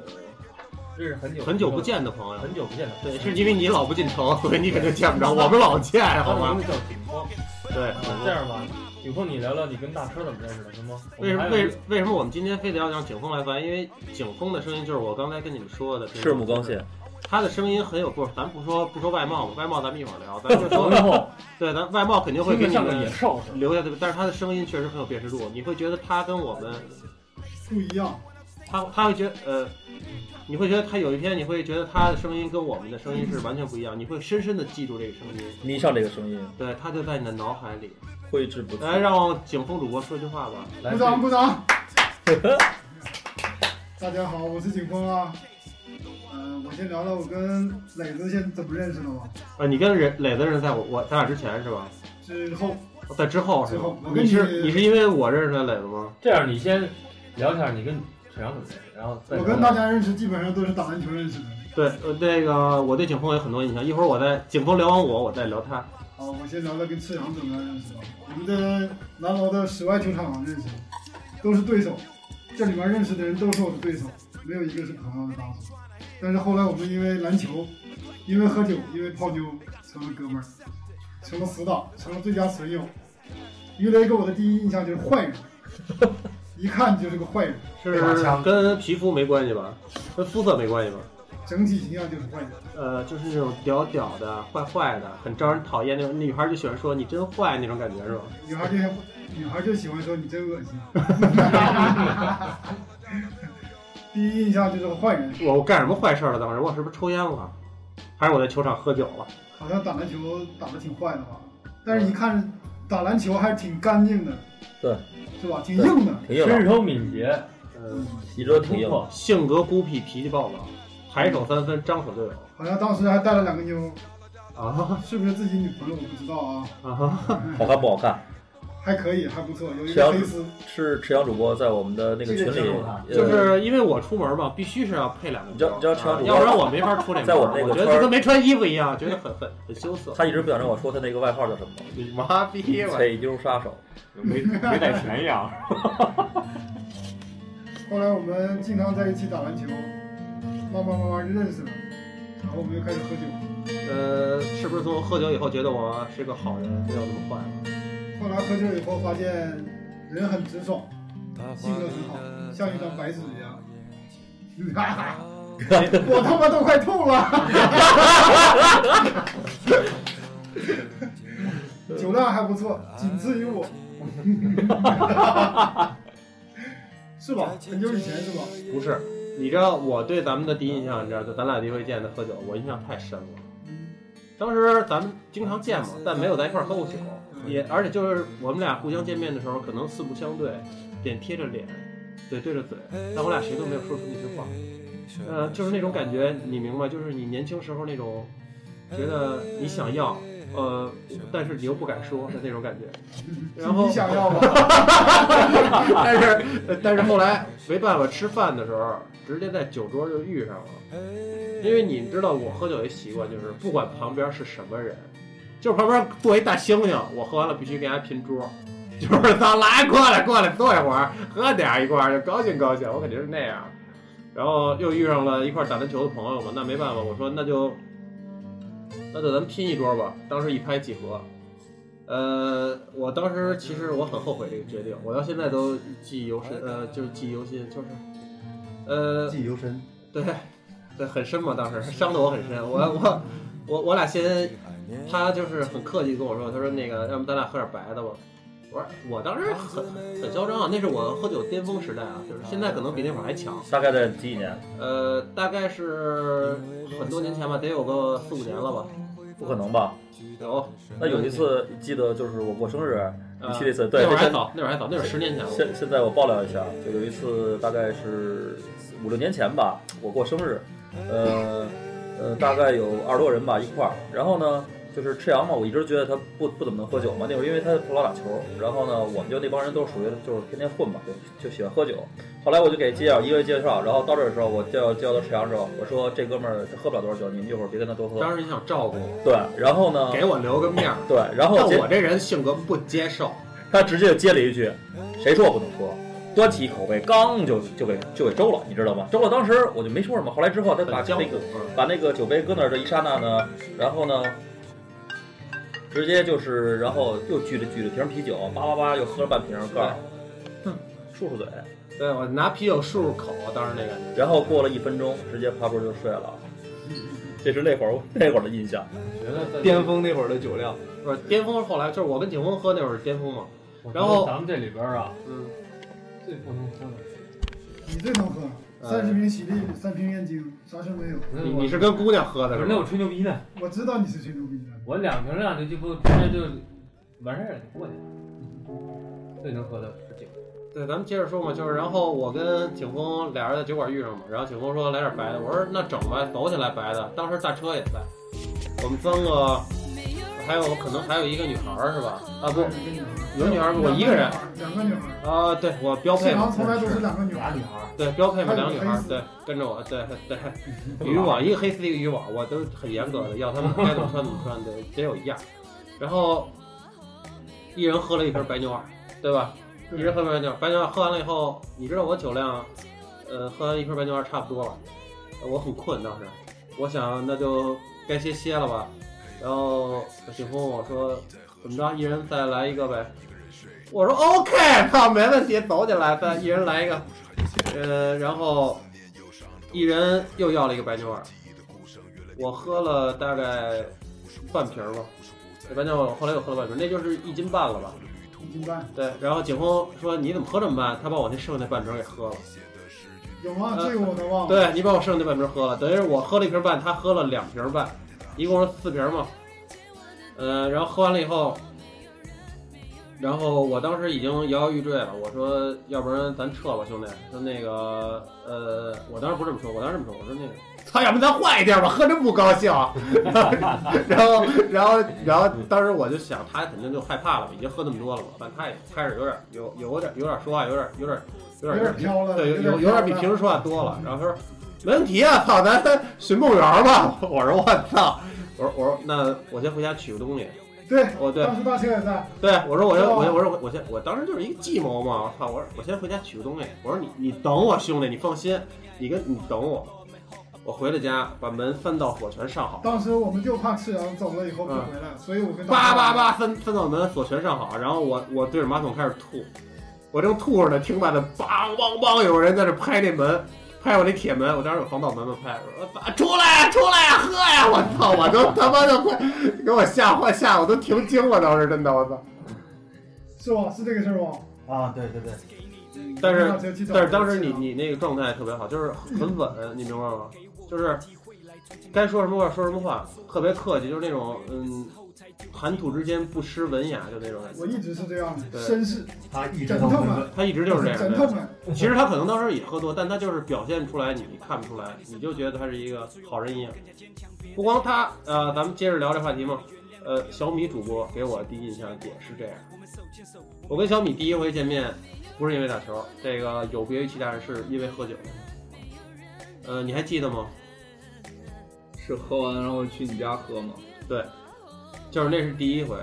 E: 认识很久
C: 很久不见的朋友，
E: 很久不见嗯的朋
C: 对，
E: 友，
C: 是因为你老不进城，所以你肯定见不 着。我们老见，好
E: 我
C: 吗
E: 们？叫顶峰。
C: 对
E: 啊，这样吧，顶峰你聊聊你跟大车怎么认识的，行吗？
C: 为什么
E: 我们还有
C: 为为什么我们今天非得要让景峰来烦？因为景峰的声音就是我刚才跟你们说的，
D: 赤木刚宪，
C: 他的声音很有不，咱不说不说外貌吧，外貌咱们一会儿聊， 咱就说
E: 外貌，
C: 对，咱外貌肯定会给
E: 听着
C: 你
E: 像个
C: 们
E: 野兽似的
C: 留下这个，但是他的声音确实很有辨识度，你会觉得他跟我们
K: 不一样。
C: 他他会觉得呃，你会觉得他有一天你会觉得他的声音跟我们的声音是完全不一样，你会深深的记住这个声音，
D: 迷上这个声音，
C: 对，他就在你的脑海里
D: 挥之不去。
C: 来，哎让景峰主播说句话吧，来
K: 鼓掌鼓掌！大家好，我是景峰啊。嗯、我先聊聊我跟磊子先怎么认识的吧。
C: 呃，你跟人磊子认识在我我咱俩之前是吧？
K: 之后，
C: 在之后是
K: 之
C: 吗
K: 后？我跟
C: 你是
K: 你
C: 你是因为我认识的磊子吗？
E: 这样，你先聊一下你跟沈阳怎么认识，然后再
K: 我跟大家认识基本上都是打篮球认识的。
C: 对，呃，那个我对景峰有很多印象。一会儿我在景峰聊完我，我再聊他。
K: 好，哦我先聊聊跟赤阳怎么样认识的。我们在南锣的室外球场啊认识的，都是对手。这里面认识的人都是我的对手，没有一个是朋友的当时。但是后来我们因为篮球，因为喝酒，因为泡妞，成了哥们儿，成了死党，成了最佳损友。于雷给我的第一印象就是坏人， 一看就是个坏人，
C: 是跟皮肤没关系吧？跟肤色没关系吧？
K: 整体形象就是坏人。
C: 呃，就是那种屌屌的、坏坏的，很招人讨厌那种女孩就喜欢说你真坏那种感觉是吧？
K: 女孩就想，女孩就喜欢说你真恶心。第一印象就是个坏人，
C: 我我干什么坏事了？当时我是不是抽烟了？还是我在球场喝酒了？
K: 好像打篮球打得挺坏的吧？但是你看打篮球还挺干净的，
D: 对，
K: 是吧？挺硬的。
E: 身手敏捷，
C: 嗯，
D: 你这挺硬，
C: 性格孤僻，脾气暴躁，抬手三分，张口就有。
K: 好像当时还带了两个妞，
C: 啊，
K: 是不是自己女朋友我不知道啊，
C: 啊，
D: 好看不好看？
K: 还可以，还不错，有一
D: 赤
K: 个
D: 羊
K: 黑
D: 主
K: 丝。
D: 是赤羊主播在我们的那个群里，
C: 就
D: 呃
C: 是因为我出门嘛，必须是要配两个啊
D: 你知道你知道赤羊主播，
C: 要不然我没法出这门。
D: 在我们那
C: 啊我
D: 个
C: 觉
D: 圈
C: 得就
D: 儿
C: 跟没穿衣服一样，觉得很很很羞涩。
D: 呃他一直不想让我说他那个外号叫什么。
C: 你妈逼我！
D: 北丢杀手，
B: 没没在沈阳。
K: 后来我们经常在一起打篮球，慢慢慢慢就认识了，然后我们就开始喝酒。
D: 嗯
C: 呃，是不是从喝酒以后觉得我是个好人，没有那么坏了？
K: 后来喝酒以后发现人很直爽，性格很好，像一张白纸一样。 我他妈都快吐了。酒量还不错，仅次于我。是吧？很久以前是吧？
C: 不是，你知道我对咱们的第一印象，你知道，就咱俩第一回见的喝酒，我印象太深了。当时咱们经常见嘛，但没有在一块儿喝过酒，也而且就是我们俩互相见面的时候，可能四目相对，脸贴着脸，嘴对着嘴，但我俩谁都没有说出那句话。呃，就是那种感觉，你明白？就是你年轻时候那种，觉得你想要，呃，但是你又不敢说的那种感觉。然后
K: 你想要吗
C: 但是但是后来没办法，吃饭的时候直接在酒桌就遇上了，因为你知道我喝酒有一习惯，就是不管旁边是什么人，就是旁边坐一大猩猩，我喝完了必须跟人家拼桌。就是咱来过来过来坐一会儿，喝点儿一块儿就高兴高兴，我肯定是那样。然后又遇上了一块儿打篮球的朋友嘛，那没办法，我说那就那就咱们拼一桌吧。当时一拍即合。呃，我当时其实我很后悔这个决定，我到现在都记忆犹深，呃，就是记忆犹新，就是呃，
E: 记忆犹深。
C: 对，对，很深嘛，当时伤的我很深。我我我我俩先，他就是很客气跟我说，他说那个，要不咱俩喝点白的吧。我说我当时很很嚣张啊，那是我喝酒巅峰时代啊，就是现在可能比那会儿还强。
D: 大概在几几年？
C: 呃，大概是很多年前吧，得有个四五年了吧。
D: 不可能吧？
C: 有。
D: 哦那有一次记得就是我过生日，你去
C: 那
D: 次，对，
C: 呃那会儿还
D: 现
C: 早，那会儿还早，那会儿十年前了。
D: 现现在我爆料一下，就有一次大概是五六年前吧，我过生日，呃呃，大概有二十多人吧一块儿。然后呢，就是赤阳嘛，我一直觉得他不不怎么能喝酒嘛。那会儿因为他不老打球，然后呢，我们就那帮人都是属于就是天天混嘛，就就喜欢喝酒。后来我就给介绍一个人介绍，然后到这儿的时候，我介绍介绍到赤阳的时候，我说这哥们儿他喝不了多少酒，你们一会儿别跟他多喝。
C: 当时你想照顾我，
D: 对，然后呢，
C: 给我留个面儿。
D: 对，然后
C: 嗯但我这人性格不接受，
D: 他直接就接了一句：“谁说我不能喝？”端起一口杯，刚就就给就给周了，你知道吗？周了，当时我就没说什么。后来之后，他把那个
C: 嗯
D: 把那个酒杯搁那儿的一刹那呢，然后呢，直接就是，然后又举着举着瓶啤酒，叭叭叭又喝了半瓶，告诉
J: 嗯
D: 哼，漱漱嘴。
C: 对我拿啤酒漱漱口，当时那个。
D: 然后过了一分钟，直接趴桌就睡了。这是那会儿那会儿的印象，
E: 觉得在
C: 巅峰那会儿的酒量，不是巅峰，后来就是我跟景峰喝那会儿是巅峰嘛。然后
E: 咱们这里边啊，
C: 嗯，
E: 最不能喝的，
K: 你最能喝，三十瓶喜力，三瓶燕京，啥事儿没有。
C: 你你是跟姑娘喝的是吧？
E: 那我吹牛逼呢，
K: 我知道你是吹牛逼的，
E: 我两瓶两就就不直接就完事儿了，就过去了。最能喝的是酒，
C: 对，咱们接着说嘛，就是然后我跟景峰俩人在酒馆遇上嘛，然后景峰说来点白的，我说那整呗，走起来白的。当时大车也在，我们三个，还有可能还有一个女孩儿是吧？啊不，有女孩儿，我一个人。
K: 两个女孩，
C: 啊，对我标配
K: 信
C: 嘛
K: 航，从来都是两个女
E: 俩
K: 孩
E: 女。孩，
C: 对标配嘛，两个女孩
K: 还有
C: 儿
K: 黑，丝
C: 对跟着我，对对， 渔网一个黑丝一个渔网，我都很严格的，要他们该怎么穿怎么穿，对，得有样儿。然后一人喝了一瓶白牛二，对吧？一人喝一瓶白牛二，白牛二喝完了以后，你知道我酒量，呃，喝完一瓶白牛二差不多了，我很困当时，我想那就该歇歇了吧。然后景峰我说怎么着，一人再来一个呗。我说 OK，操，没问题，走起来，再一人来一个，呃，然后一人又要了一个白牛二，我喝了大概半瓶儿吧，这白牛二我后来又喝了半瓶儿，那就是一斤半了吧？
K: 一斤半。
C: 对，然后景峰说你怎么喝这么慢？他把我那剩下那半瓶儿给喝了。
K: 有吗？这个我都忘了。
C: 对你把我剩下那半瓶喝了，等于是我喝了一瓶半，他喝了两瓶半，一共是四瓶嘛。呃，然后喝完了以后，然后我当时已经摇摇欲坠了，我说要不然咱撤吧，兄弟。说那个呃，我当时不是这么说，我当时这么说，我说那个。操，要不咱换一地儿吧，喝真不高兴。 然后，然后，然后，当时我就想，他肯定就害怕了，已经喝那么多了嘛，但他也开始有点，有有点，有点说话，有点，有点，有
K: 有点飘了
C: 对，有
K: 有点
C: 有点
K: 飘
C: 比
K: 了
C: 平时说话多了。然后他说没问题啊，操，咱寻梦园吧。 我说我操，我说我说那我先回家取个东西。
K: 对，
C: 我对
K: 当时大车也在。
C: 对，我说我先，
K: 哦
C: 我先，我说我先，我当时就是一个计谋嘛。我操，我说我先回家取个东西。我说你你等我兄弟，你放心，你跟你等我。我回了家，把门三道锁全上好，
K: 当时我们就怕赤阳走了以后不回来，所以我跟
C: 叭嗯叭
K: 叭，
C: 叭三三道门锁全上好，然后我我对着马桶开始吐，我正吐着呢，听外头梆梆梆有人在那拍那门，拍我那铁门，我当时有防盗门嘛拍，我说出来呀、出来呀、喝呀、我操，我都他妈的快给我吓坏吓，我都停经了，当时真的我操。
K: 是吧？是这个事儿吧？
E: 啊，对对对，
C: 但是但是当时你你那个状态特别好，就是很稳，你明白吗？就是该说什么话说什么话，特别客气，就是那种嗯，谈吐之间不失文雅，就那种感觉
K: 我。一直是这样的，
C: 对
K: 绅士，啊
E: 他一
K: 枕头们，
C: 他一直就是这样。
K: 枕头们，
C: 对其实他可能当时也喝多，但他就是表现出来，你你看不出来，你就觉得他是一个好人一样。不光他，呃，咱们接着聊这话题嘛。呃，小米主播给我第一印象也是这样。我跟小米第一回见面，不是因为打球，这个有别于其他人，是因为喝酒。呃，你还记得吗？
J: 是喝完然后去你家喝吗？
C: 对，就是那是第一回。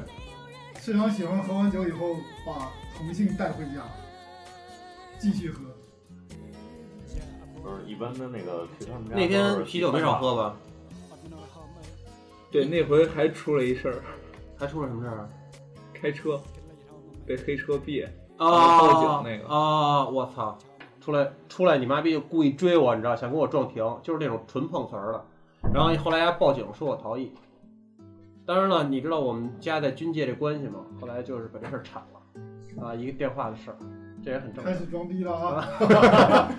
K: 赤阳喜欢喝完酒以后把同性带回家，继续喝。
B: 就是一般的那个去他们家
C: 那
B: 都
C: 天
B: 是
C: 啤酒没少喝吧？
J: 对，那回还出了一事儿，
C: 还出了什么事儿？
J: 开车被黑车别，
C: 啊
J: 报警那个，
C: 啊！我操！出来出来，你妈逼就故意追我，你知道，想跟我撞停，就是那种纯碰瓷儿的。然后后来还报警说我逃逸。当然了，你知道我们家在军界这关系吗？后来就是把这事儿铲了，啊，一个电话的事儿，这也很正
K: 开
C: 常。
K: 始装逼了啊！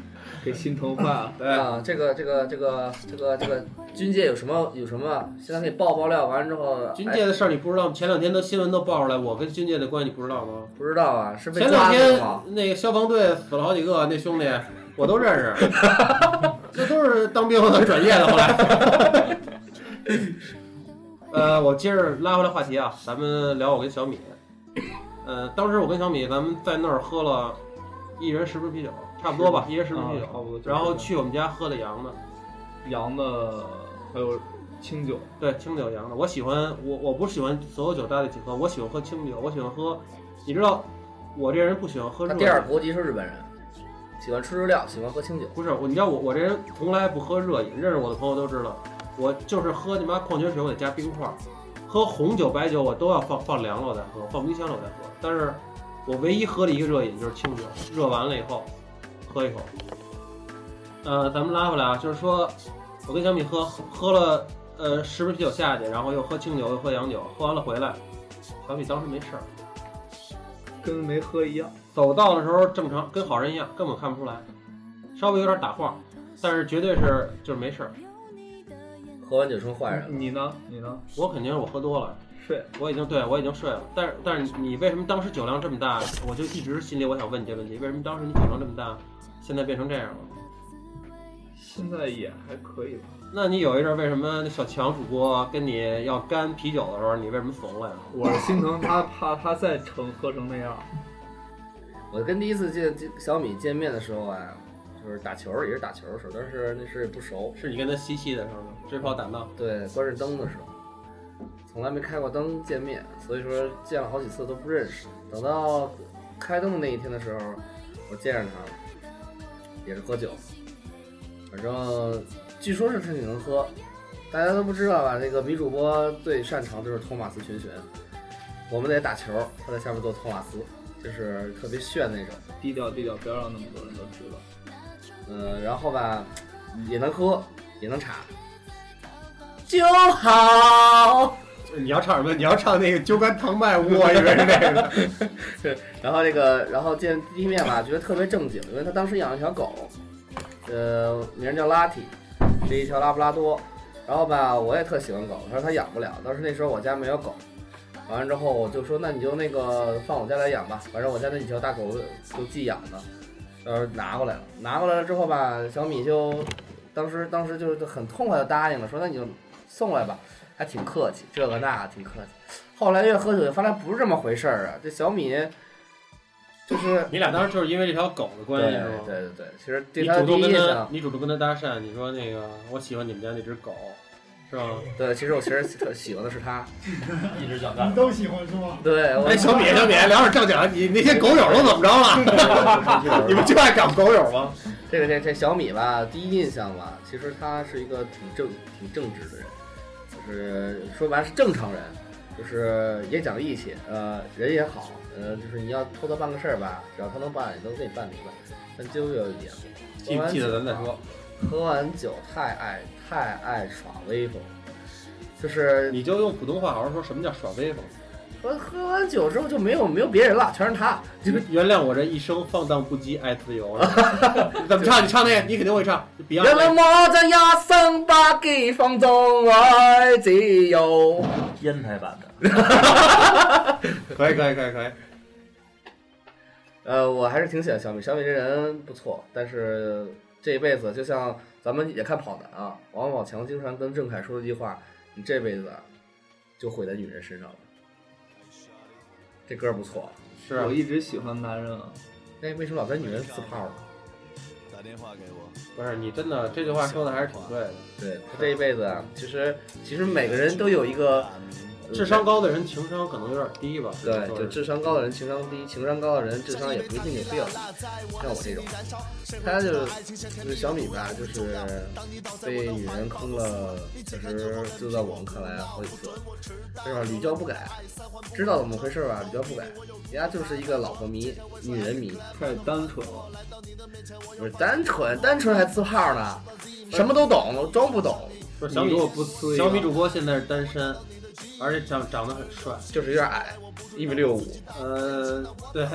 I: 给心疼
C: 饭对
D: 哎
I: 啊，这个这个这个这个这个军界有什么有什么？现在给爆爆料，完了之后，
C: 军界的事儿你不知道吗？前两天都新闻都爆出来，我跟军界的关系你不知道吗？
I: 不知道啊，是被
C: 前两
I: 抓的
C: 天
I: 吗？
C: 那个消防队死了好几个，那兄弟我都认 识，这都是当兵的转业的。后来，呃，我接着拉回来话题啊，咱们聊我跟小米。呃，当时我跟小米咱们在那儿喝了一人十瓶啤酒，差不多吧，
D: 是
C: 一人十瓶啤
D: 啊差不多
C: 酒，然后去我们家喝的洋的，洋的还有清酒，对，清酒洋的。我喜欢我我不喜欢所有酒搭在一起喝，我喜欢喝清酒，我喜欢喝，你知道我这人不喜欢喝热
I: 他
C: 的。
I: 第二国籍是日本人，喜欢吃日料，喜欢喝清酒。
C: 不是我，你知道我我这人从来不喝热饮，认识我的朋友都知道，我就是喝你妈矿泉水，我得加冰块儿，喝红酒、白酒我都要放放凉了我再喝，放冰箱了我再喝。但是我唯一喝的一个热饮就是清酒，热完了以后喝一口。呃，咱们拉回来啊，就是说我跟小米喝喝了呃十瓶啤酒下去，然后又喝清酒又喝洋酒，喝完了回来，小米当时没事儿，跟没喝一样。走道的时候正常，跟好人一样，根本看不出来。稍微有点打晃，但是绝对是就是没事儿。
I: 喝完酒成坏人了。
C: 你呢？你呢？我肯定是我喝多了，睡。我已经对我已经睡了，但是但是你为什么当时酒量这么大？我就一直心里我想问你这问题，为什么当时你酒量这么大，现在变成这样了？
J: 现在也还可以吧。
C: 那你有一阵儿为什么那小强主播跟你要干啤酒的时候，你为什么怂了呀？
J: 我是心疼他，怕他再成喝成那样。
I: 我跟第一次见见小米见面的时候啊，就是打球也是打球的时候，但是那是不熟。
C: 是你跟他嬉戏的时候吗？追跑打闹？
I: 对，关着灯的时候，从来没开过灯见面，所以说见了好几次都不认识。等到开灯的那一天的时候，我见着他了，也是喝酒，反正据说是他挺能喝，大家都不知道吧？这个女主播最擅长就是托马斯群旋，我们得打球，他在下面做托马斯，就是特别炫那种。
J: 低调低调，不要让那么多人都知道。
I: 嗯，然后吧，也能喝，也能查。就好。
C: 你要唱什么？你要唱那个酒干倘卖无，我以为是这个。
I: 然后这个，然后见第一面吧，觉得特别正经，因为他当时养了一条狗，呃，名叫拉提，是一条拉布拉多。然后吧，我也特喜欢狗，他说他养不了，但是那时候我家没有狗。完了之后，我就说那你就那个放我家来养吧，反正我家那几条大狗都寄养呢。然后拿过来了，拿过来了之后吧，小米就当时 当时就是很痛快的答应了，说那你就送来吧，还挺客气，这个那个挺客气。后来越喝酒，发现不是这么回事儿啊，这小米就是
C: 你俩当时就是因为这条狗的关系是吗？
I: 对对对，其实对
C: 你
I: 他的
C: 主
I: 第
C: 动
I: 一
C: 跟
I: 印
C: 他
I: 象，，
C: 你主动跟他搭讪，你说那个我喜欢你们家那只狗，是吧？
I: 对，其实我其实特喜欢的是他，
C: 一直想
K: 你都喜欢是吗？
I: 对，我
C: 哎，小米，小米，聊点正经的，你那些狗友都怎么着
D: 啊
C: 了？你们就爱搞狗友吗？
I: 这个这这小米吧，第一印象吧，其实他是一个挺正挺正直的人，就是说白了是正常人，就是也讲义气，呃，人也好，呃，就是你要托他办个事儿吧，只要他能办，你都给你办明白。但就有一点，
C: 记不记得咱再说。
I: 喝完酒太爱太爱耍威风，就是
C: 你就用普通话好好说，什么叫耍威风？
I: 我喝完酒之后就没有没有别人了，全是他。
C: 原谅我这一生放荡不羁，爱自由。 怎么唱？你唱那个，你肯定会唱。就
I: 原谅
C: Beyond
I: 我这一生把给放纵爱自由。
D: 烟台版的。
C: 可以，可以，可以，可以。
I: 呃，我还是挺喜欢小米，小米这人不错，但是这一辈子就像咱们也看跑男啊，王宝强经常跟郑恺说一句话：“你这辈子啊就毁在女人身上了。”这歌不错，
C: 是啊
J: 我一直喜欢男人啊。
I: 那为什么老跟女人撕炮呢？
A: 打电话给我。
C: 不是你真的这句话说的还是挺对的。
I: 对他这一辈子啊，其实其实每个人都有一个呃
C: 智商高的人情商可能有点低吧？
I: 对，就智商高的人情商低，情商高的人智商也不一定有病，像我这种。他就就是小米吧，就是被女人坑了，确实就啊哎在我们看来好几次，是吧？屡教不改，知道怎么回事吧？屡教不改，丫就是一个老婆迷，女人迷，
J: 太单纯了。
I: 不是单纯，单纯还自泡呢，什么都懂，装不懂。
C: 不是小米小米主播现在是单身，而且长长得很帅，
I: 就是有点矮，一米六五。
C: 呃，对，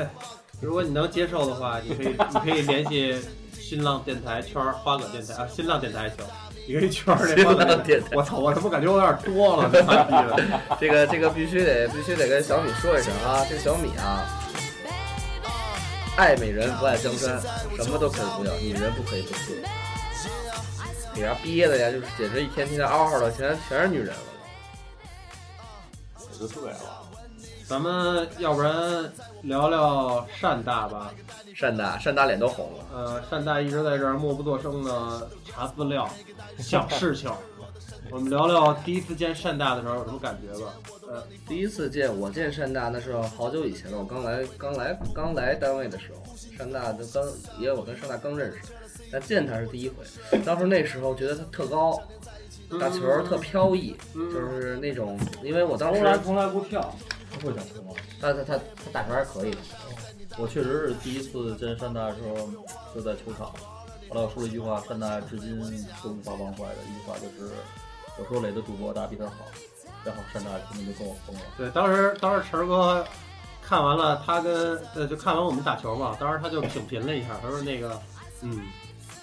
C: 如果你能接受的话，你可以你可以联系新浪电台圈儿花葛电台啊，新浪电台圈儿。一个圈儿那花
I: 新
C: 葛
I: 浪电台
C: 我操！我他妈感觉我有点多了，他妈逼的！
I: 这个这个必须得必须得跟小米说一声啊，这个小米啊，爱美人不爱江山，什么都可以不要，女人不可以不吃。给人家憋的呀，就是简直一天天的嗷嗷的，全全是女人了。
B: 也就对了。
C: 咱们要不然聊聊单大吧。
I: 单大，单大脸都红了。
C: 呃，单大一直在这儿默不作声的查资料、想事情。我们聊聊第一次见单大的时候有什么感觉吧。呃，
I: 第一次见我见单大那是好久以前了，我刚来刚来刚来单位的时候，单大就刚也我跟单大刚认识，但见他是第一回。当时那时候觉得他特高，打球儿特飘逸，就是那种，因为我当时
D: 从来从来不跳，他会打球吗？
I: 他他他他打球还可以的。
D: 我确实是第一次见山大的时候就在球场，后来我说了一句话，山大至今都无法忘怀的一句话就是，我说磊的主播打得比他好，然后山大根本就跟我疯了。
C: 对，当时当时晨儿哥看完了，他跟呃就看完我们打球嘛，当时他就品评了一下，他说那个，嗯，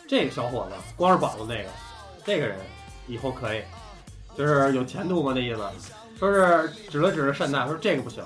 C: 这个小伙子光是膀子那个，这个人以后可以，就是有前途嘛那意思。说是指了指了单大，说这个不行，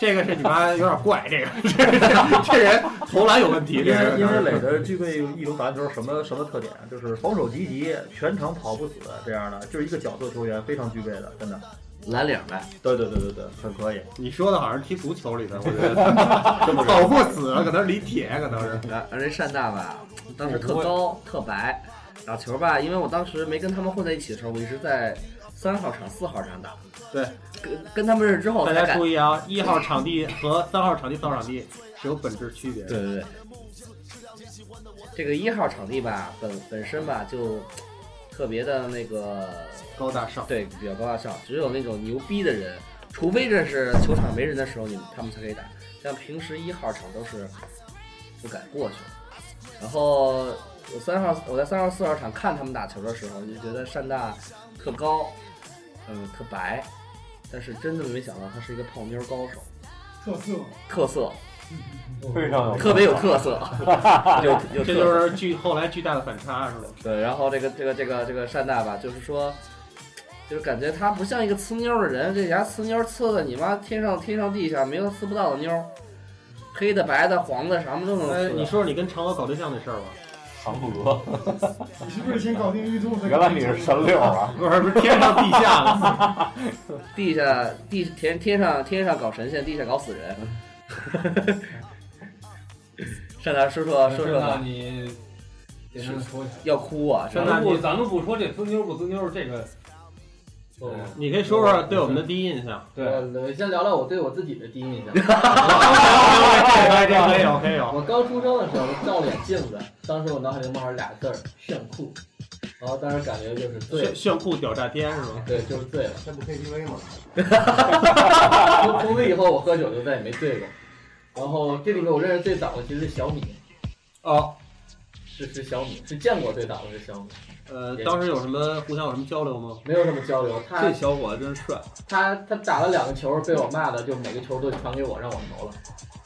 C: 这个是你妈有点怪，这个这个这人投篮有问题，
D: 因
C: 这
D: 为
C: 人
D: 因为磊的具备一种打篮球什么什么特点，就是防守积极，全场跑不死这样的，就是一个角色球员非常具备的，真的。
I: 蓝领呗，
D: 对对对对对，很可以。
C: 你说的好像是踢足球里的，我觉 得跑不死了，可能是李铁，可能是。
I: 然后这单大吧，当时特高特白，打球吧，因为我当时没跟他们混在一起的时候，我一直在三号场、四号场打。
C: 对，
I: 跟跟他们认识之后，
C: 大家注意啊，一号场地和三号场地、四号场地是有本质区别的。
I: 对对对，这个一号场地吧，本本身吧就特别的那个
C: 高大上，，
I: 对，比较高大上。只有那种牛逼的人，除非这是球场没人的时候，你们他们才可以打。像平时一号场都是不敢过去。然后我三号，我在三号、四号场看他们打球的时候，就觉得单大特高，嗯，特白，但是真的没想到他是一个泡妞高手，
K: 特色，
I: 特色。
B: 非常有
I: 特别有特色有有特色
C: 这就是巨后来巨大的反差，是吧？
I: 对，然后这个这个这个这个单大吧，就是说，就是感觉他不像一个呲妞的人，这人家呲妞呲的你妈天上天上地下没有呲不到的妞儿，黑的白的黄的什么都能呲、
C: 哎，你说说你跟嫦娥搞对象的事儿吧？
B: 嫦娥，
K: 你是不是先搞定玉兔？再
B: 原来你是神六啊？
C: 不是不是天上地下
I: 的，地下地天天上天上搞神仙，地下搞死人。单大说
C: 啊
I: 说说说
E: 那
I: 吧，
E: 你简单说一下。
I: 要哭啊！
E: 咱
I: 真的
E: 们不，咱们不说这呲妞不呲妞这个，
C: 哦 你可以说说对我们的第一印 象。
E: 对，
J: 我呃先聊聊我对我自己的第一印象。
C: 这个可以有可以有
J: 我刚出生的时候照脸镜子，当时我脑海里冒着俩字儿炫酷，然后当时感觉就是醉了
C: 炫。炫酷屌炸天是吗？
J: 对，就是醉了。这不
K: KTV 吗？
J: 从从此以后，我喝酒就再也没醉过。然后这里面我认识最早的其实是小米，
C: 哦，
J: 是是小米，是见过最早的是小米。
C: 呃，当时有什么互相有什么交流吗？
J: 没有什么交流，他
C: 这小伙子真帅。
J: 他他打了两个球，被我骂的，就每个球都传给我，让我投了。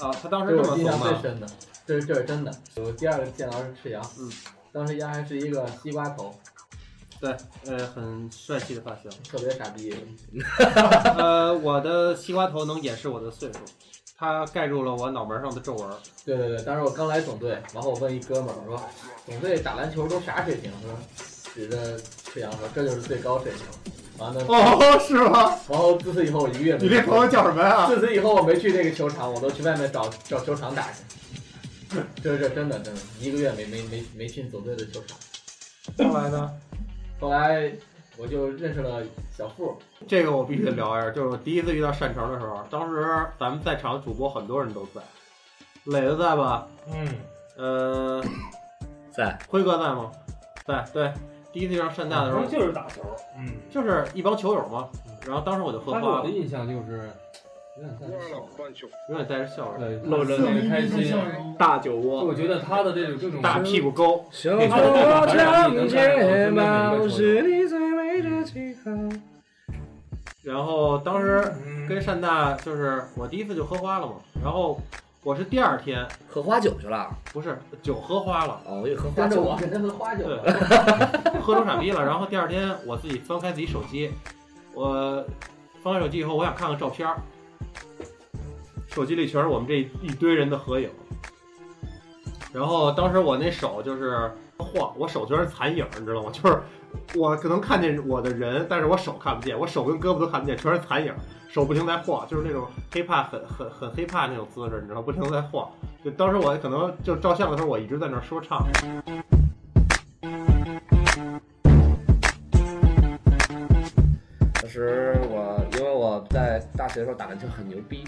C: 啊，他当时
J: 这
C: 这
J: 是
C: 么
J: 我印象
C: 怂
J: 最
C: 吗？
J: 深的，这是这是真的。我第二个见到是赤阳，嗯，当时丫还是一个西瓜头，
C: 对，呃，很帅气的发型，
J: 特别傻逼。
C: 呃，我的西瓜头能掩饰我的岁数，它盖住了我脑门上的皱纹。
J: 对对对，当时我刚来总队，然后我问一哥们儿，我说总队打篮球都啥水平？他说指着赤阳说这就是最高水平。完了，
C: 哦是吗？
J: 然后自此以后我一个月没
C: 你这朋友叫什么呀
J: 自此以后我没去这个球场，我都去外面找找球场打去。 这这真的真的，一个月没没没没进总队的球场。
C: 后来呢？
J: 后来我就认识了小付，
C: 这个我必须得聊一下，就是我第一次遇到单成的时候，当时咱们在场主播很多人都在，磊子在吧？
H: 嗯，
C: 呃，
I: 在，
C: 辉哥在吗？在，对，第一次遇到单大的时候
E: 就是打球，嗯，
C: 就是一帮球友嘛。然后当时我就喝
E: 但是
C: 花
E: 我的
C: 了，
E: 印象就是，
C: 永远带着笑容，
E: 露着那个开心
C: 大酒窝。
E: 我觉得他的这种这种
C: 大屁股沟，
E: 行那种感染力能感染到身边每一个球员
I: 你最美的记号。
C: 然后当时跟善大就是我第一次就喝花了嘛，然后我是第二天
I: 喝花酒去了，
C: 不是酒喝花了，
I: 哦，我也喝花酒了，
E: 啊
J: 跟他们花酒
C: 对，喝成傻逼了。然后第二天我自己翻开自己手机，我翻开手机以后，我想看看照片儿，手机里全是我们这一堆人的合影。然后当时我那手就是晃，我手全是残影儿，你知道吗？就是我可能看见我的人，但是我手看不见，我手跟胳膊都看不见，全是残影儿，手不停在晃，就是那种黑怕很很很黑怕那种姿势，你知道吗，不停地在晃。就当时我可能就照相的时候，我一直在那儿说唱。
I: 当时我因为我在大学的时候打篮球很牛逼，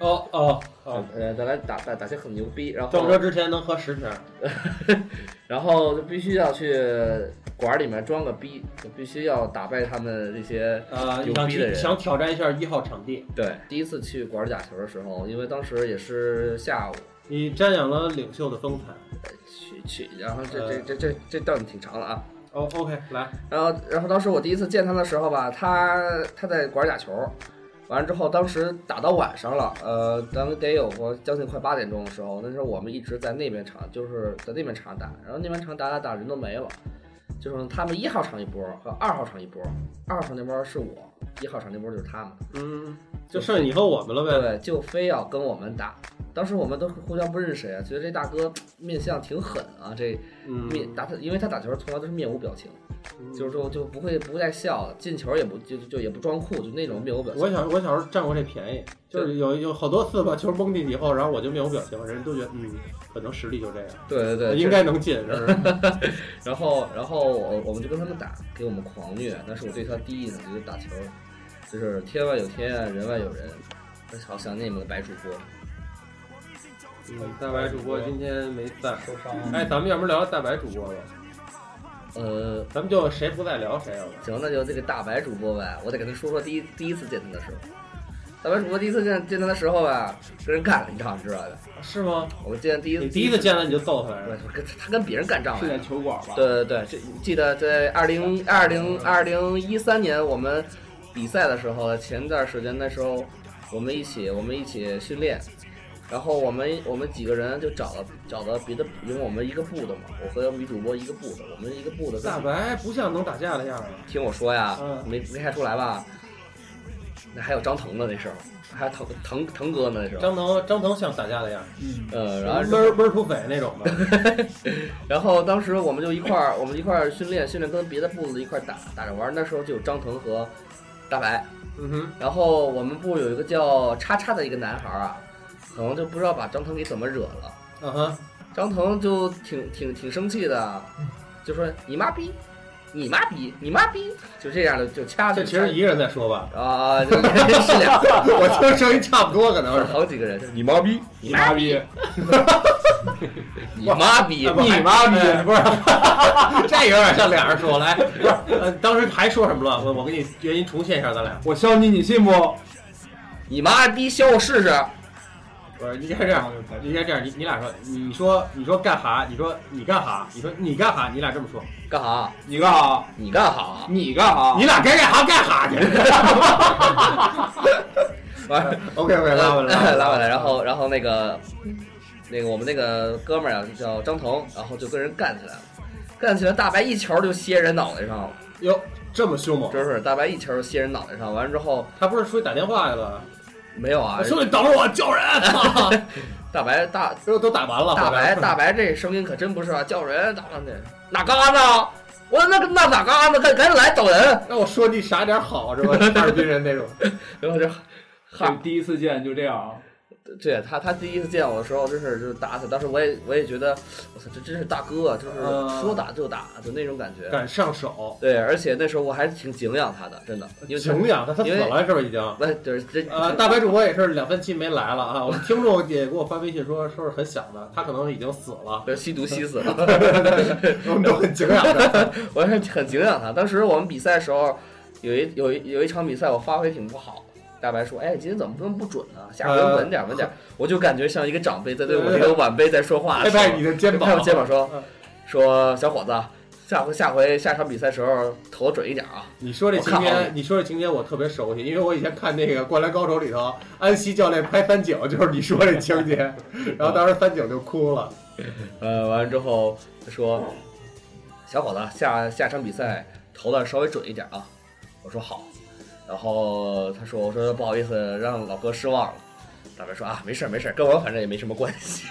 C: 哦哦哦，
I: 呃，咱来打打打球很牛逼，然后
C: 撞车之前能喝十瓶儿，
I: 然后就必须要去馆儿里面装个逼，就必须要打败他们这些
C: 呃，
I: 牛
C: 想
I: 逼
C: 去
I: 的人。
C: 想挑战一下一号场地，
I: 对，第一次去馆儿打球的时候，因为当时也是下午，
C: 你瞻仰了领袖的风采。
I: 去去，然后这这这这这段挺长了啊。
C: 哦，OK，来，
I: 然后然后当时我第一次见他的时候吧，他他在馆儿打球，完了之后，当时打到晚上了，呃，咱们得有个将近快八点钟的时候，那时候我们一直在那边场，就是在那边场打，然后那边场打打打人都没了，就是他们一号场一波和二号场一波，二号场那波是我，一号场那波就是他们，
C: 嗯，就剩你和我们了呗。
I: 对，就非要跟我们打。当时我们都互相不认识呀，觉得这大哥面相挺狠啊，这
C: 嗯
I: 面打他，因为他打球从来都是面无表情，就是说就不会不带笑，进球也不就就就也不装酷，就那种面无表情。
C: 我小我小时候占过这便宜，就是有有好多次把球蒙进去以后，然后我就面无表情，人都觉得嗯，可能实力就这样。
I: 对对对，
C: 应该能 进。
I: 就是是然后，然后我我们就跟他们打，给我们狂虐。但是我对他第一印象就是打球，就是天外有天，人外有人。我好想念你们的白主播。
C: 嗯，大白主播今天没在，
J: 受伤了
C: 哎，咱们要不然聊聊大白主播吧？
I: 呃，
C: 咱们就谁不在聊谁，要不然
I: 行，那就这个大白主播呗，我得跟他说说第一第一次见他的时候。大白主播第一次见见他的时候吧，跟人干了一仗，你知道的。
C: 是吗？
I: 我们见第一
C: 你第一次见他你就揍他来着？
I: 对，他跟别人干仗来着
C: 是在球馆吧？
I: 对对对，这记得在二零二零二零一三年我们比赛的时候，前段时间那时候我们一起我们一起训练，然后我们我们几个人就找了找了别的，因为我们一个部的嘛，我和女主播一个部的，我们一个部的。
C: 大白不像能打架的样儿啊。
I: 听我说呀，
C: 嗯
I: 没没看出来吧？那还有张腾呢，那时候还有腾腾腾哥呢，那时候。
C: 张腾张腾像打架的样儿，
I: 呃，然后
C: 闷儿闷儿土匪那种的。
I: 然后当时我们就一块儿，我们一块儿训练，训练跟别的部子一块儿打打着玩儿。那时候就有张腾和大白，
C: 嗯哼，
I: 然后我们部有一个叫叉叉的一个男孩儿啊，可能就不知道把张腾给怎么惹了。
C: 嗯 哼，
I: 张腾就挺挺挺生气的，
C: 嗯
I: 就说你妈逼，你妈逼，你妈逼，就这样的就掐。
C: 这其实一个人在说吧？
I: 啊，这是俩，
C: 我听声音差不多，可能是
I: 好几个人。
C: 你妈逼，你妈逼，
I: 你妈逼，
C: 你妈逼，啊 不是，这有点像俩人说来，不是，呃当时还说什么了？我我给你原因重现一下，咱俩。
E: 我削你，你信不？
I: 你妈逼，削我试试。
C: 不是，你先这样，你先这样，你你俩说，你说你说干哈？你说你干哈？你说你干哈？你俩这么说，
I: 干哈？
E: 你干哈？
I: 你干哈？
E: 你干
I: 啊
E: 哈？
C: 你俩该干哈干哈去。OK OK，拉 回来，
I: 拉回来，然后然后那个那个我们那个哥们儿啊叫张腾，然后就跟人干起来了，干起来大白一球就歇人脑袋上了，
C: 哟，这么凶猛，
I: 真是大白一球就歇人脑袋上，完了之后
C: 他不是出去打电话去了？
I: 没有啊，
C: 兄弟，等着我叫人， 操
I: 大白大
C: 都都打完了，
I: 大白大白这声音可真不是啊，叫人打完的哪嘎呢？我说那那哪嘎呢？赶赶紧来找人，
C: 让我说你啥点好是吧？哈尔滨人 那种，
I: 然后就
E: 这
I: 哈。
E: 第一次见就这样啊？
I: 对他，他第一次见我的时候，真是就是打死。当时我也我也觉得，我操，这真是大哥，啊就是
C: 嗯
I: 说打就打，就那种感觉。
C: 敢上手，
I: 对，而且那时候我还是挺敬仰他的，真的，因为
C: 敬仰他，他死
I: 因为
C: 了是 不是已经？
I: 那就是这
C: 呃，大白主播也是两三期没来了啊，我们听众也给我发微信说，说是很想的，他可能已经死 了，
I: 被吸毒吸死了，
C: 我们都很敬仰他。
I: 我还是很敬仰他。当时我们比赛的时候，有一有一有一场比赛我发挥挺不好，大白说：“哎，今天怎么这么不准呢？下回稳点稳点。”
C: 呃
I: 我就感觉像一个长辈在对我这个晚辈在说 话，
C: 拍呃哎拍你的肩膀 啊嗯
I: 拍我肩膀说：“说小伙子，下回下回下场比赛时候投准一点啊。”
C: 你说这情节，你说这情节我特别熟悉，因为我以前看那个《灌篮高手》里头，安西教练拍翻井，就是你说这情节，
I: 嗯
C: 然后当时翻井就哭了。
I: 呃，完了之后他说：“小伙子，下下场比赛投的稍微准一点啊。”我说好。然后他说：“我说不好意思，让老哥失望了。”大白说：“啊，没事儿没事儿，跟我反正也没什么关系。”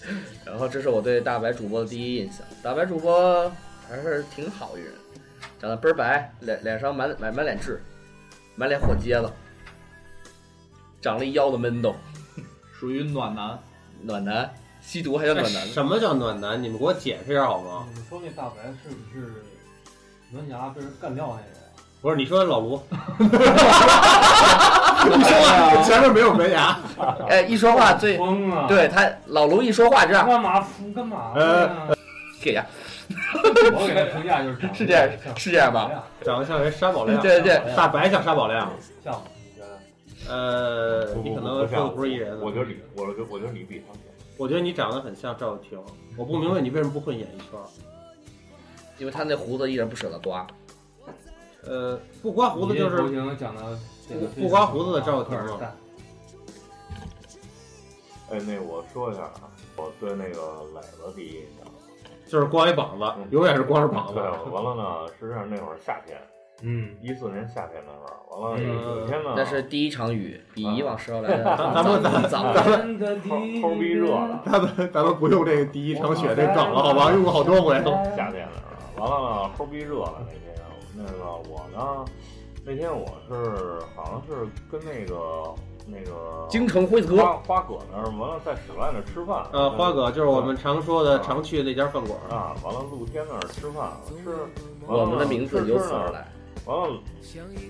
I: 然后这是我对大白主播的第一印象。大白主播还是挺好一人，长得倍儿白，脸脸上满满满脸痣，满脸火疖子，长了一腰子闷痘，
D: 属于暖男。
I: 暖男，吸毒还叫暖男？
C: 哎什么叫暖男？你们给我解释一下好吗？
E: 你说那大白是不是门牙被人干掉那个？
C: 不是你说老卢，你说话前面没有门牙，
I: 哎，一说话最
E: 疯啊！
I: 对啊他老卢一说话这样，
E: 干嘛疯干嘛呀？
I: 给呀，
E: 我给他评价就是
I: 呃是这 样是这样吧？
C: 长得像人沙宝亮，
I: 对对，
C: 大白像沙宝亮，
E: 像吗？你觉得？
C: 呃，你可能说的不是一人，啊
B: 我觉得你，我觉我觉得你啊比他，
C: 我觉得你长得很像赵又廷，我不明白你为什么不混演艺圈，
I: 因为他那胡子一人不舍得刮。
C: 呃，不刮胡子就是不刮胡子的赵又廷吗？
B: 哎，那我说一下啊，我对那个磊子第一印象
C: 就是光一膀子，永远是光着膀子。
B: 完了呢，实际上那会儿夏天，
C: 嗯，
B: 一四年夏天那会儿，完了有一天呢，
I: 那是第一场雨，比以往时候来
C: 咱们咱
I: 们早，
C: 咱们
B: 头逼热了，
C: 咱们咱们不用这个第一场雪这梗了，好嗯吧？用过好多回。
B: 夏天那完了呢，齁逼热了那天。那个我呢，那天我是好像是跟那个那个
I: 京城辉子
B: 花花哥那儿完了在室外那吃饭。
C: 呃，花哥就是我们常说的、常去那家饭馆
B: 啊。完了，露天那儿吃饭，吃
I: 我们的名字由此而来。
B: 完了，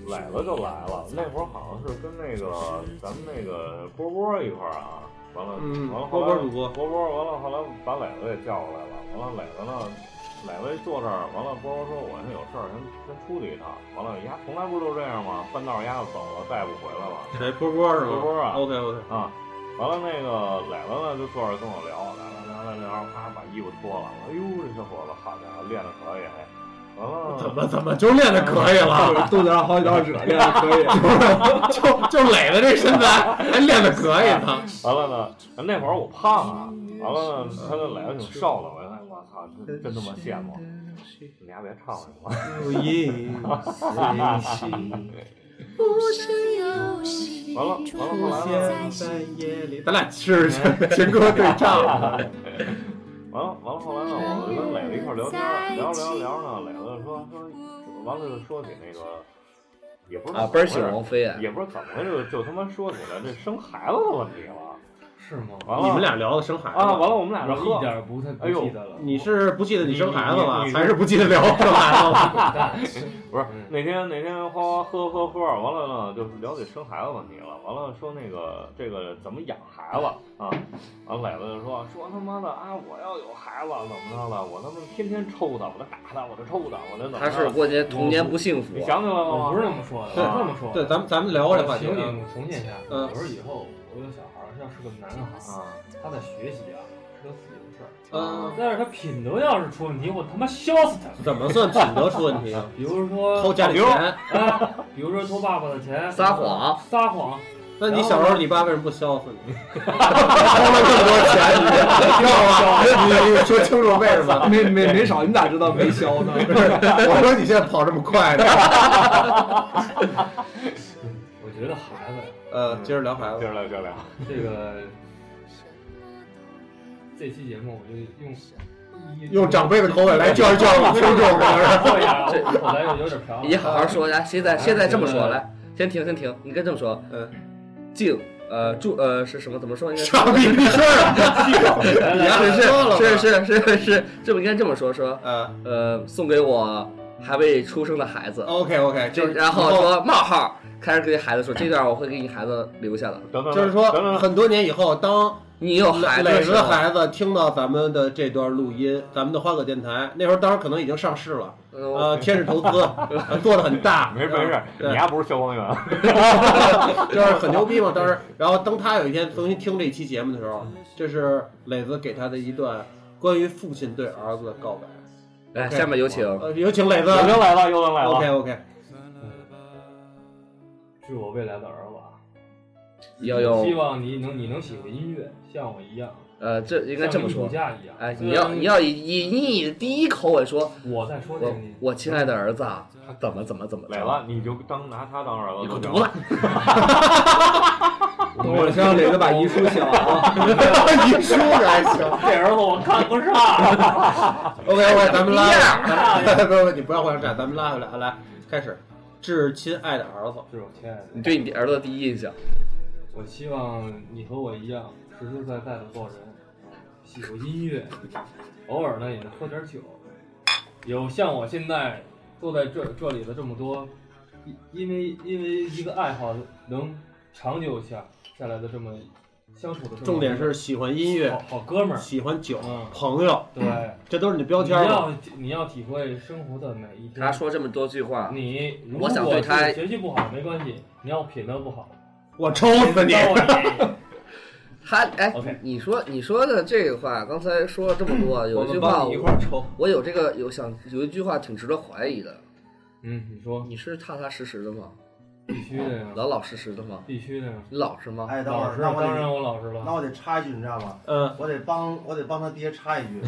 B: 来了就来了。那会儿好像是跟那个咱们那个波波一块儿啊。完了，完了，
C: 嗯波波主播，
B: 波波完了，后来把磊子也叫过来了。完了，磊子呢？磊子坐这儿，完了波波说：“我先有事儿，先先出去一趟。”完了，丫从来不都这样吗？半道丫子走了，再也不回来了。
C: 谁波波是吗？
B: 波波啊
C: ，OK OK
B: 啊。完了，那个磊子呢就坐这儿跟我聊，聊聊聊聊，啪把衣服脱了。哎呦，这小伙子好家伙，练的可以。哎完了，
C: 怎么啊怎么就练的可以了？
E: 肚子上好几道褶，练的可以。
C: 就就磊子这身材还练的可以呢。
B: 完了呢，那会儿我胖啊，完了呢，他就磊子挺瘦的，我哎我操，真真他妈羡慕。啊你俩别唱了，行吗？完了，完了，后来
C: 呢？ 咱俩是 情歌对 唱。
B: 完了，完了，后来呢？我就跟磊子一块聊天，聊着聊着呢，磊子说说，完了就说起那个，也不是
I: 啊，倍儿喜欢王菲
B: 啊，也不知道怎么回事，就他妈说起来这生孩子的问题了。
E: 是吗？
B: 完了，
C: 你们俩聊的生孩子
B: 啊？完了，我们俩
E: 我一点不太不记得了。
C: 你是不记得你生孩子了，还是不记得聊生 孩
B: 子了？不是，
E: 嗯
B: 那天那天花花喝喝喝，完了呢，就是聊起生孩子问题了。完了说那个这个怎么养孩子啊？完了磊子就说说他妈的啊，我要有孩子怎么着了？我他妈天天抽他，我这打他，我这抽他，我这怎么？
I: 他是过节童年不幸福，啊
B: 你想起来了吗？
E: 嗯不是那么说的，不是那么说。
C: 对，咱们咱们聊过这话题。
E: 请你重念一下。嗯
I: 嗯
E: 我说以后我有小孩，要是个男
C: 啊
E: 孩，他在学习啊。他自己的事儿，嗯，但是他品德要是出问题，我他妈削死他！
C: 呃怎么算品德出问题啊？
E: 比如说
C: 偷家里钱，
E: 啊，比如说偷爸爸的钱，
I: 撒谎，
E: 撒谎。
C: 那你小时候你爸为什么不削死你？偷了这么多钱，你知道吗？你说清楚为什么？
E: 没没没少，你咋知道没削 呢？
C: 我说你现在跑这么快呢？
E: 我觉得孩子，
C: 呃，接着聊孩子，
B: 接着聊，接着聊
E: 这个。这期节目我就用
C: 用长辈的口吻来教育教育听众，
E: 后来又有点瓢。
I: 你好好说，来，现在现在这么说，来，先停先停，你跟这么说，
C: 嗯，
I: 敬呃祝呃是什么？怎么说？应该
C: 傻逼没事
I: 儿，是是是是是，这么应该这么说说，
C: 呃
I: 呃，送给我还未出生的孩子
C: 哦，OK OK，
I: 就然后说冒号。开始给孩子说，这段我会给你孩子留下的。
C: 就是说，
B: 嗯
C: 很多年以后，当
I: 你有孩子的
C: 磊
I: 时
C: 子的
I: 候
C: 孩子听到咱们的这段录音，咱们的花葛电台，那时候当然可能已经上市了，呃，天使投资呃做的很大，
B: 没没事，
C: 嗯对
B: 你还不是消防员。
C: 就是很牛逼嘛。当时，然后当他有一天重新听这期节目的时候，这是磊子给他的一段关于父亲对儿子的告白。
I: 来
C: OK
I: 哎下面有请
C: 呃有请磊子，
B: 有人来了有人来了
C: OK OK，
E: 是我未来的儿子，啊
I: 要用
E: 希望你能你能喜欢音乐，像我一样。
I: 呃，这应该这么
E: 像你
I: 说
E: 暑假一样。。
I: 哎，你要你要以以你的第一口吻说，
E: 我在说这个
I: 我我亲爱的儿子啊，怎么怎么怎么
B: 来了，你就当拿他当儿子。你
I: 你给我
B: 犊
I: 犊
B: 子
I: 子！
B: 等会儿先让
I: 磊子把遗书写 完啊遗书还行
C: 这儿子我看不上。OK OK，咱们拉回来，不 不，你不要互相站，咱们拉回来，啊来开始，致亲爱的儿子，
E: 致我亲爱的。
I: 你对你儿子的第一印象，
E: 我希望你和我一样，实实在在的做人，喜欢音乐，偶尔呢也能喝点酒。有像我现在坐在这这里的这么多，因因为因为一个爱好能长久下下来的这么相处的这么
C: 重点是喜欢音乐，
I: 哦
E: 好好哥们儿，
C: 喜欢酒，
I: 嗯
C: 朋友，
E: 对，
C: 这都是你的 标签
E: 你
C: 嘛
E: 要。你要体会生活的每一天。
I: 他说这么多句话，
E: 你如
I: 我
E: 果
I: 想对他
E: 是学习不好没关系，你要品德不好，
C: 我抽死你！
I: 他哎你说你说的这个话，刚才说了这么多，有一句
E: 我们
I: 话
E: 帮你一块儿抽
I: 我我有这个有想有一句话挺值得怀疑的。
E: 嗯，你说
I: 你是踏踏实实的吗？
E: 必须的呀
I: 老老实实的吗？
E: 必须的呀。
I: 你老实吗？
L: 哎，等会儿，那我得那我得插一句，你知道吗？
C: 嗯，
L: 我得帮我得帮他爹插一句。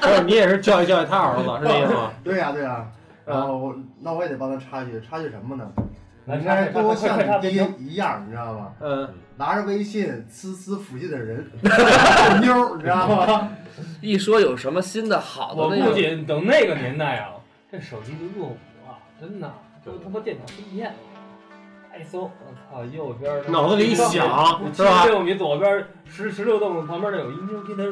C: 不是你也是教育教育他儿子是这意思吗？
L: 对呀、对呀、啊
B: 啊
L: 然后我那我也得帮他插一句，插句什么呢？你
E: 来
L: 应
E: 插
L: 该
E: 一个
L: 多
E: 快快
L: 像
E: 快插
L: 你
E: 别
L: 爹
E: 停
L: 一样，你知道吗？
C: 嗯，
L: 拿着微信呲呲附近的人，妞儿，你知道吗？
I: 一说有什么新的好
E: 我
I: 的那
E: 估
I: 种，
E: 计等那个年代啊，这手机都用不了，真的都他妈电脑不一样。哎搜，我操，右边
C: 脑子里一想是吧
E: 六米左边十十六栋旁边那有一妞，今天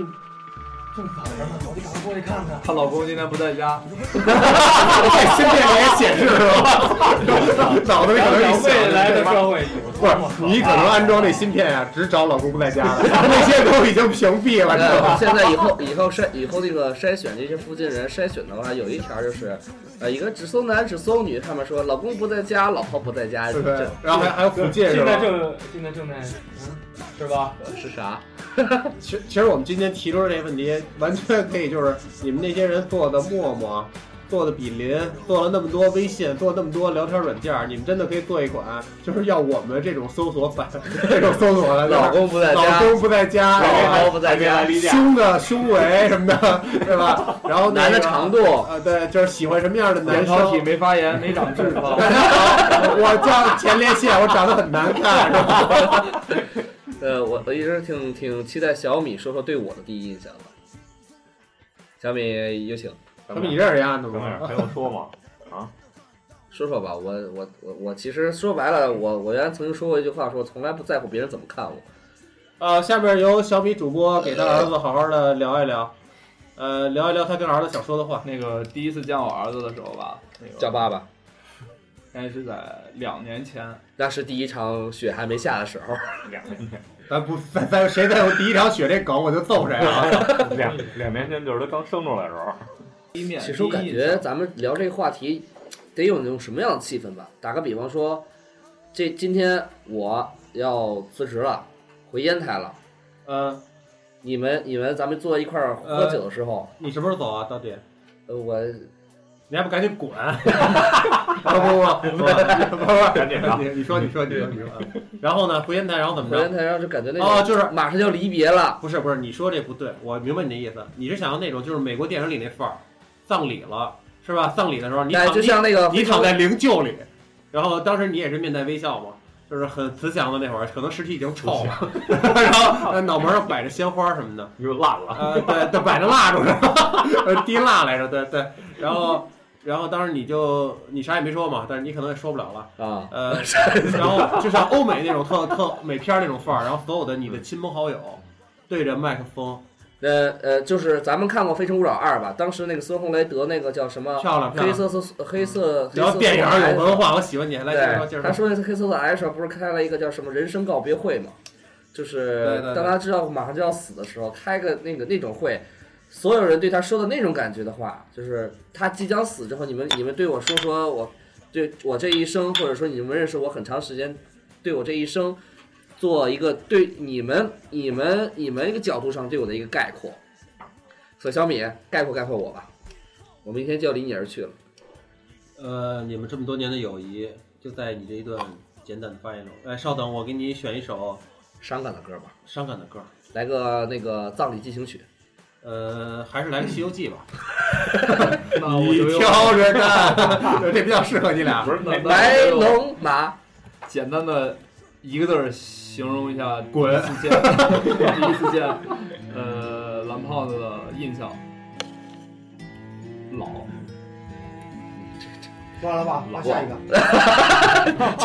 E: 正躺着呢，我得赶快过去看看。
H: 她老公今天不在家，
E: 嗯
C: 在身边给人显示是吧？ 脑子里可能
E: 想
C: 是
E: 未来的社会，
C: 不是你可能安装这芯片啊，只找老公不在家的， 那些都已经屏蔽了，你知道
I: 呃
C: 吗？
I: 现在以后以后筛以后那个筛选这些附近人筛选的话，有一条就是，呃，一个只搜男只搜女，他们说老公不在家，老婆不在家，
C: 对
I: 这
C: 然后还还有附近是
E: 现
C: 吧
E: 在？正现在正在，嗯是吧？
I: 是啥？
C: 其其实我们今天提出的这个问题，完全可以就是你们那些人做的陌陌， 做的比邻，做了那么多微信，做了那么多聊天软件儿，你们真的可以做一款，就是要我们这种搜索反 这种搜索来的
I: 老公不在家
C: 老公不在家，
I: 老
C: 然后
I: 婆不在家
C: 还没 来胸的胸围什么的， 对吧？然后那个
I: 男的长度
C: 呃，对，就是喜欢什么样的男
H: 眼
C: 生
H: 眶体没发炎，没长痔疮。
C: 我叫前列腺，我长得很难看，是吧？
I: 呃，我我一直挺挺期待小米说说对我的第一印象的。小米有请，
C: 小米你认识丫的
B: 哥们
C: 吗
B: 儿，还用说吗？啊，
I: 说说吧，我我我我其实说白了，我我原来曾经说过一句话，说我从来不在乎别人怎么看我。
C: 呃，下面由小米主播给他儿子好好的聊一聊，呃，聊一聊他跟儿子想说的话。
H: 那个第一次见我儿子的时候吧，那个
I: 叫 爸爸，
H: 应该是在两年前，
I: 那是第一场雪还没下的时候。
B: 两年前，
C: 咱不，咱咱谁再有第一条血这梗，我就揍谁啊！
B: 两两年前就是他刚生出来的时候。
H: 第一面
I: 其实我感觉咱们聊这个话题，得有那种什么样的气氛吧？打个比方说，这今天我要辞职了，回烟台了。
C: 嗯，
I: 你们你们咱们坐一块儿喝酒的时候，
C: 你什么时候走啊？到底？
I: 呃，我
C: 你还不赶紧滚！不不不不不不，
B: 赶紧啊
C: 你你说你说你说你说。然后呢？回烟台，然后怎么着？
I: 回烟台然后就感觉那种
C: 哦，就是
I: 马上就要离别了。
C: 不是不是，你说这不对，我明白你的意思。你是想要那种就是美国电影里那范儿，葬礼了是吧？葬礼的时候，你
I: 哎
C: 躺
I: 就像那个
C: 你你躺在灵柩里，然后当时你也是面带微笑嘛，就是很慈祥的那会儿，可能尸体已经臭了， 然后呃脑门上摆着鲜花什 么的，
B: 又烂了，
C: 呃，对对，摆着蜡烛是吧？ 呃滴蜡来着，对对，然后。然后当时你就你啥也没说嘛，但是你可能也说不了了
I: 啊，
C: 呃，然后就像欧美那种特特美片儿那种范儿，然后所有的你的亲朋好友对着麦克风，
I: 呃呃，就是咱们看过《非诚勿扰二》吧？当时那个孙红雷得那个叫什么？
C: 漂亮漂
I: 啊黑
C: 亮
I: 色色素黑色。
C: 嗯聊
I: 黑色
C: 电影
I: 素
C: 有文化
I: F
C: 我喜欢你来
I: 对
C: 介绍介绍
I: 他说那次黑色素 H 不是开了一个叫什么人生告别会嘛？就是
C: 对对对
I: 当他知道马上就要死的时候，开个那个那种会，所有人对他说的那种感觉的话，就是他即将死之后，你们你们对我说说我对我这一生，或者说你们认识我很长时间，对我这一生做一个对你们你们你们一个角度上对我的一个概括。所以小米概括概括我吧，我明天就要离你而去了。
C: 呃，你们这么多年的友谊就在你这一段简短的发言中。哎，稍等，我给你选一首
I: 伤感的歌吧。
C: 伤感的歌，
I: 来个那个葬礼进行曲。
C: 呃，还是来个《西游记》吧。
I: 那我就用
C: 你挑着 干，这比较适合你俩。
M: 不是
E: 哎
M: 那那
I: 白龙马，
M: 简单的一个字儿形容一下
C: 滚
M: 第一次见，第一次见，呃，蓝胖子的印象，老，
L: 算了吧，
M: 老
L: 换下一个。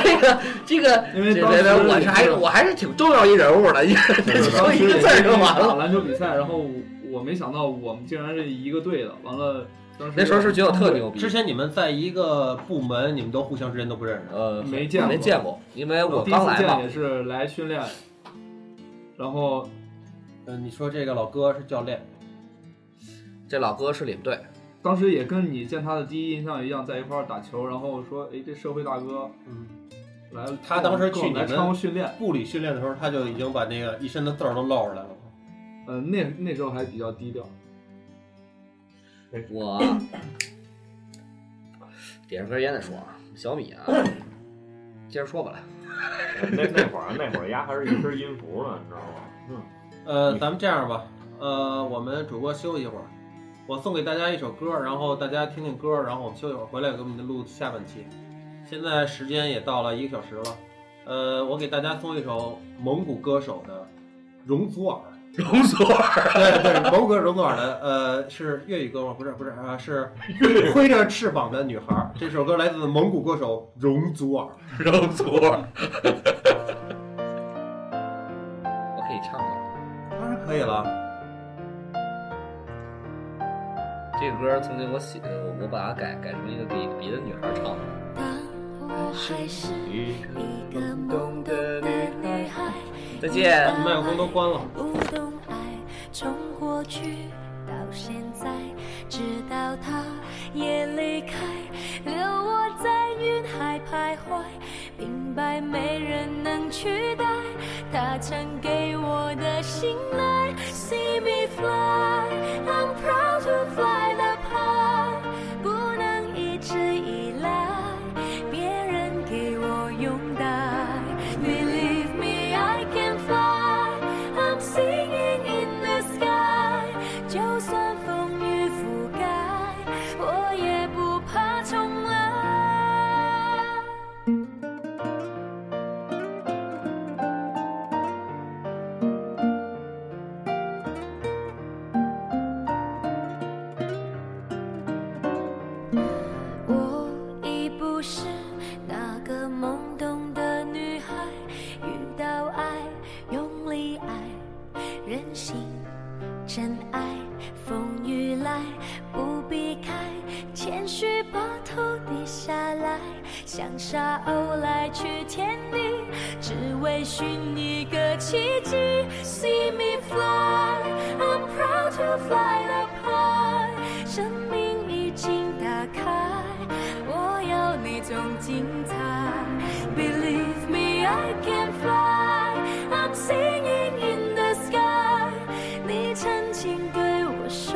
I: 这个这个，
M: 因为
I: 这
M: 当时
I: 这我是还我还是挺重要一人物的，一个就一个字儿就完
M: 打
I: 了。
M: 篮球比赛，然后我没想到我们竟然是一个队的，完了当时
C: 之前你们在一个部门，你们都互相之间都不认识。
I: 呃
M: 没见过
I: 因为
M: 我第一次见也是来训练，然后，
C: 呃，你说这个老哥是教练，
I: 这老哥是领队，
M: 当时也跟你见他的第一印象一样，在一块儿打球，然后说，哎，这社会大哥，
C: 嗯，
M: 来，
C: 他当时去你
M: 来
C: 们
M: 参训练，
C: 部里训练的时候，他就已经把那个一身的字儿都露出来了。
M: 呃，那那时候还比较低调。
I: 我 点上根烟再说啊，小米啊，接着说吧来。
B: 那那会儿那会儿丫还是一身音符呢，你知道吗？嗯，
C: 呃，咱们这样吧，呃，我们主播休息一会儿，我送给大家一首歌，然后大家听听歌，然后我们休息一会儿回来给我们录下半期。现在时间也到了一个小时了，呃，我给大家送一首蒙古歌手的《容祖儿》。
I: 容祖儿，
C: 对对，蒙古歌手容祖儿的，呃，是粤语歌吗？不是不是啊，是挥着翅膀的女孩儿。这首歌来自蒙古歌手容祖儿。
I: 容祖儿，我可以唱吗？
C: 当然可以了。
I: 这个歌曾经我写，我我把它改改成一个给别的女孩唱的。
N: 我还是一个懵懂的女孩，
I: 再见
C: 麦克风都关了。
N: 不懂爱，从过去到现在，直到他也离开，留我在云海徘徊，明白没人能取代他曾给我的信赖。See me fly, I'm proud to fly，哪怕不能一直依赖。别人给我拥戴。Believe me, I can fly. I'm singing in the sky. 就算风雨覆盖，我也不怕重来。我已不是那个懵懂的女孩，遇到爱用力爱，任性真爱，风雨来不避开，谦虚把头低下来，像沙鸥来去天地，只为寻一个奇迹。See me fly, I'm proud to fly the high，生命已经打开。我要那种精彩。Believe me, I can fly. I'm singing in the sky. 你曾经对我说，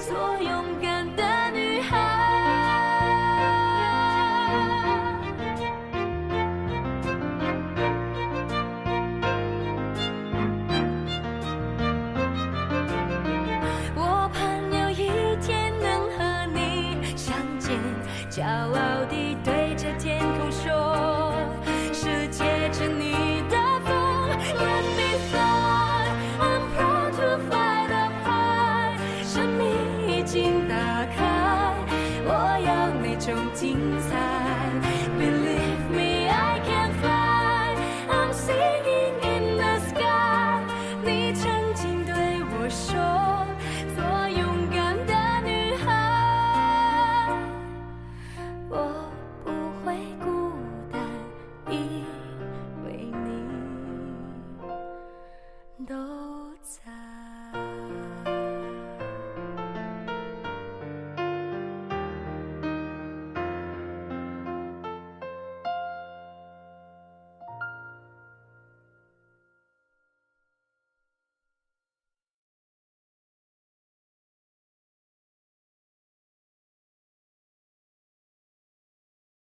N: 做勇敢的女孩。我盼有一天能和你相见，骄傲地对着天空说，是借着你的风，Let me fly，I'm proud to fly the high，生命已经打开，我要那种精彩。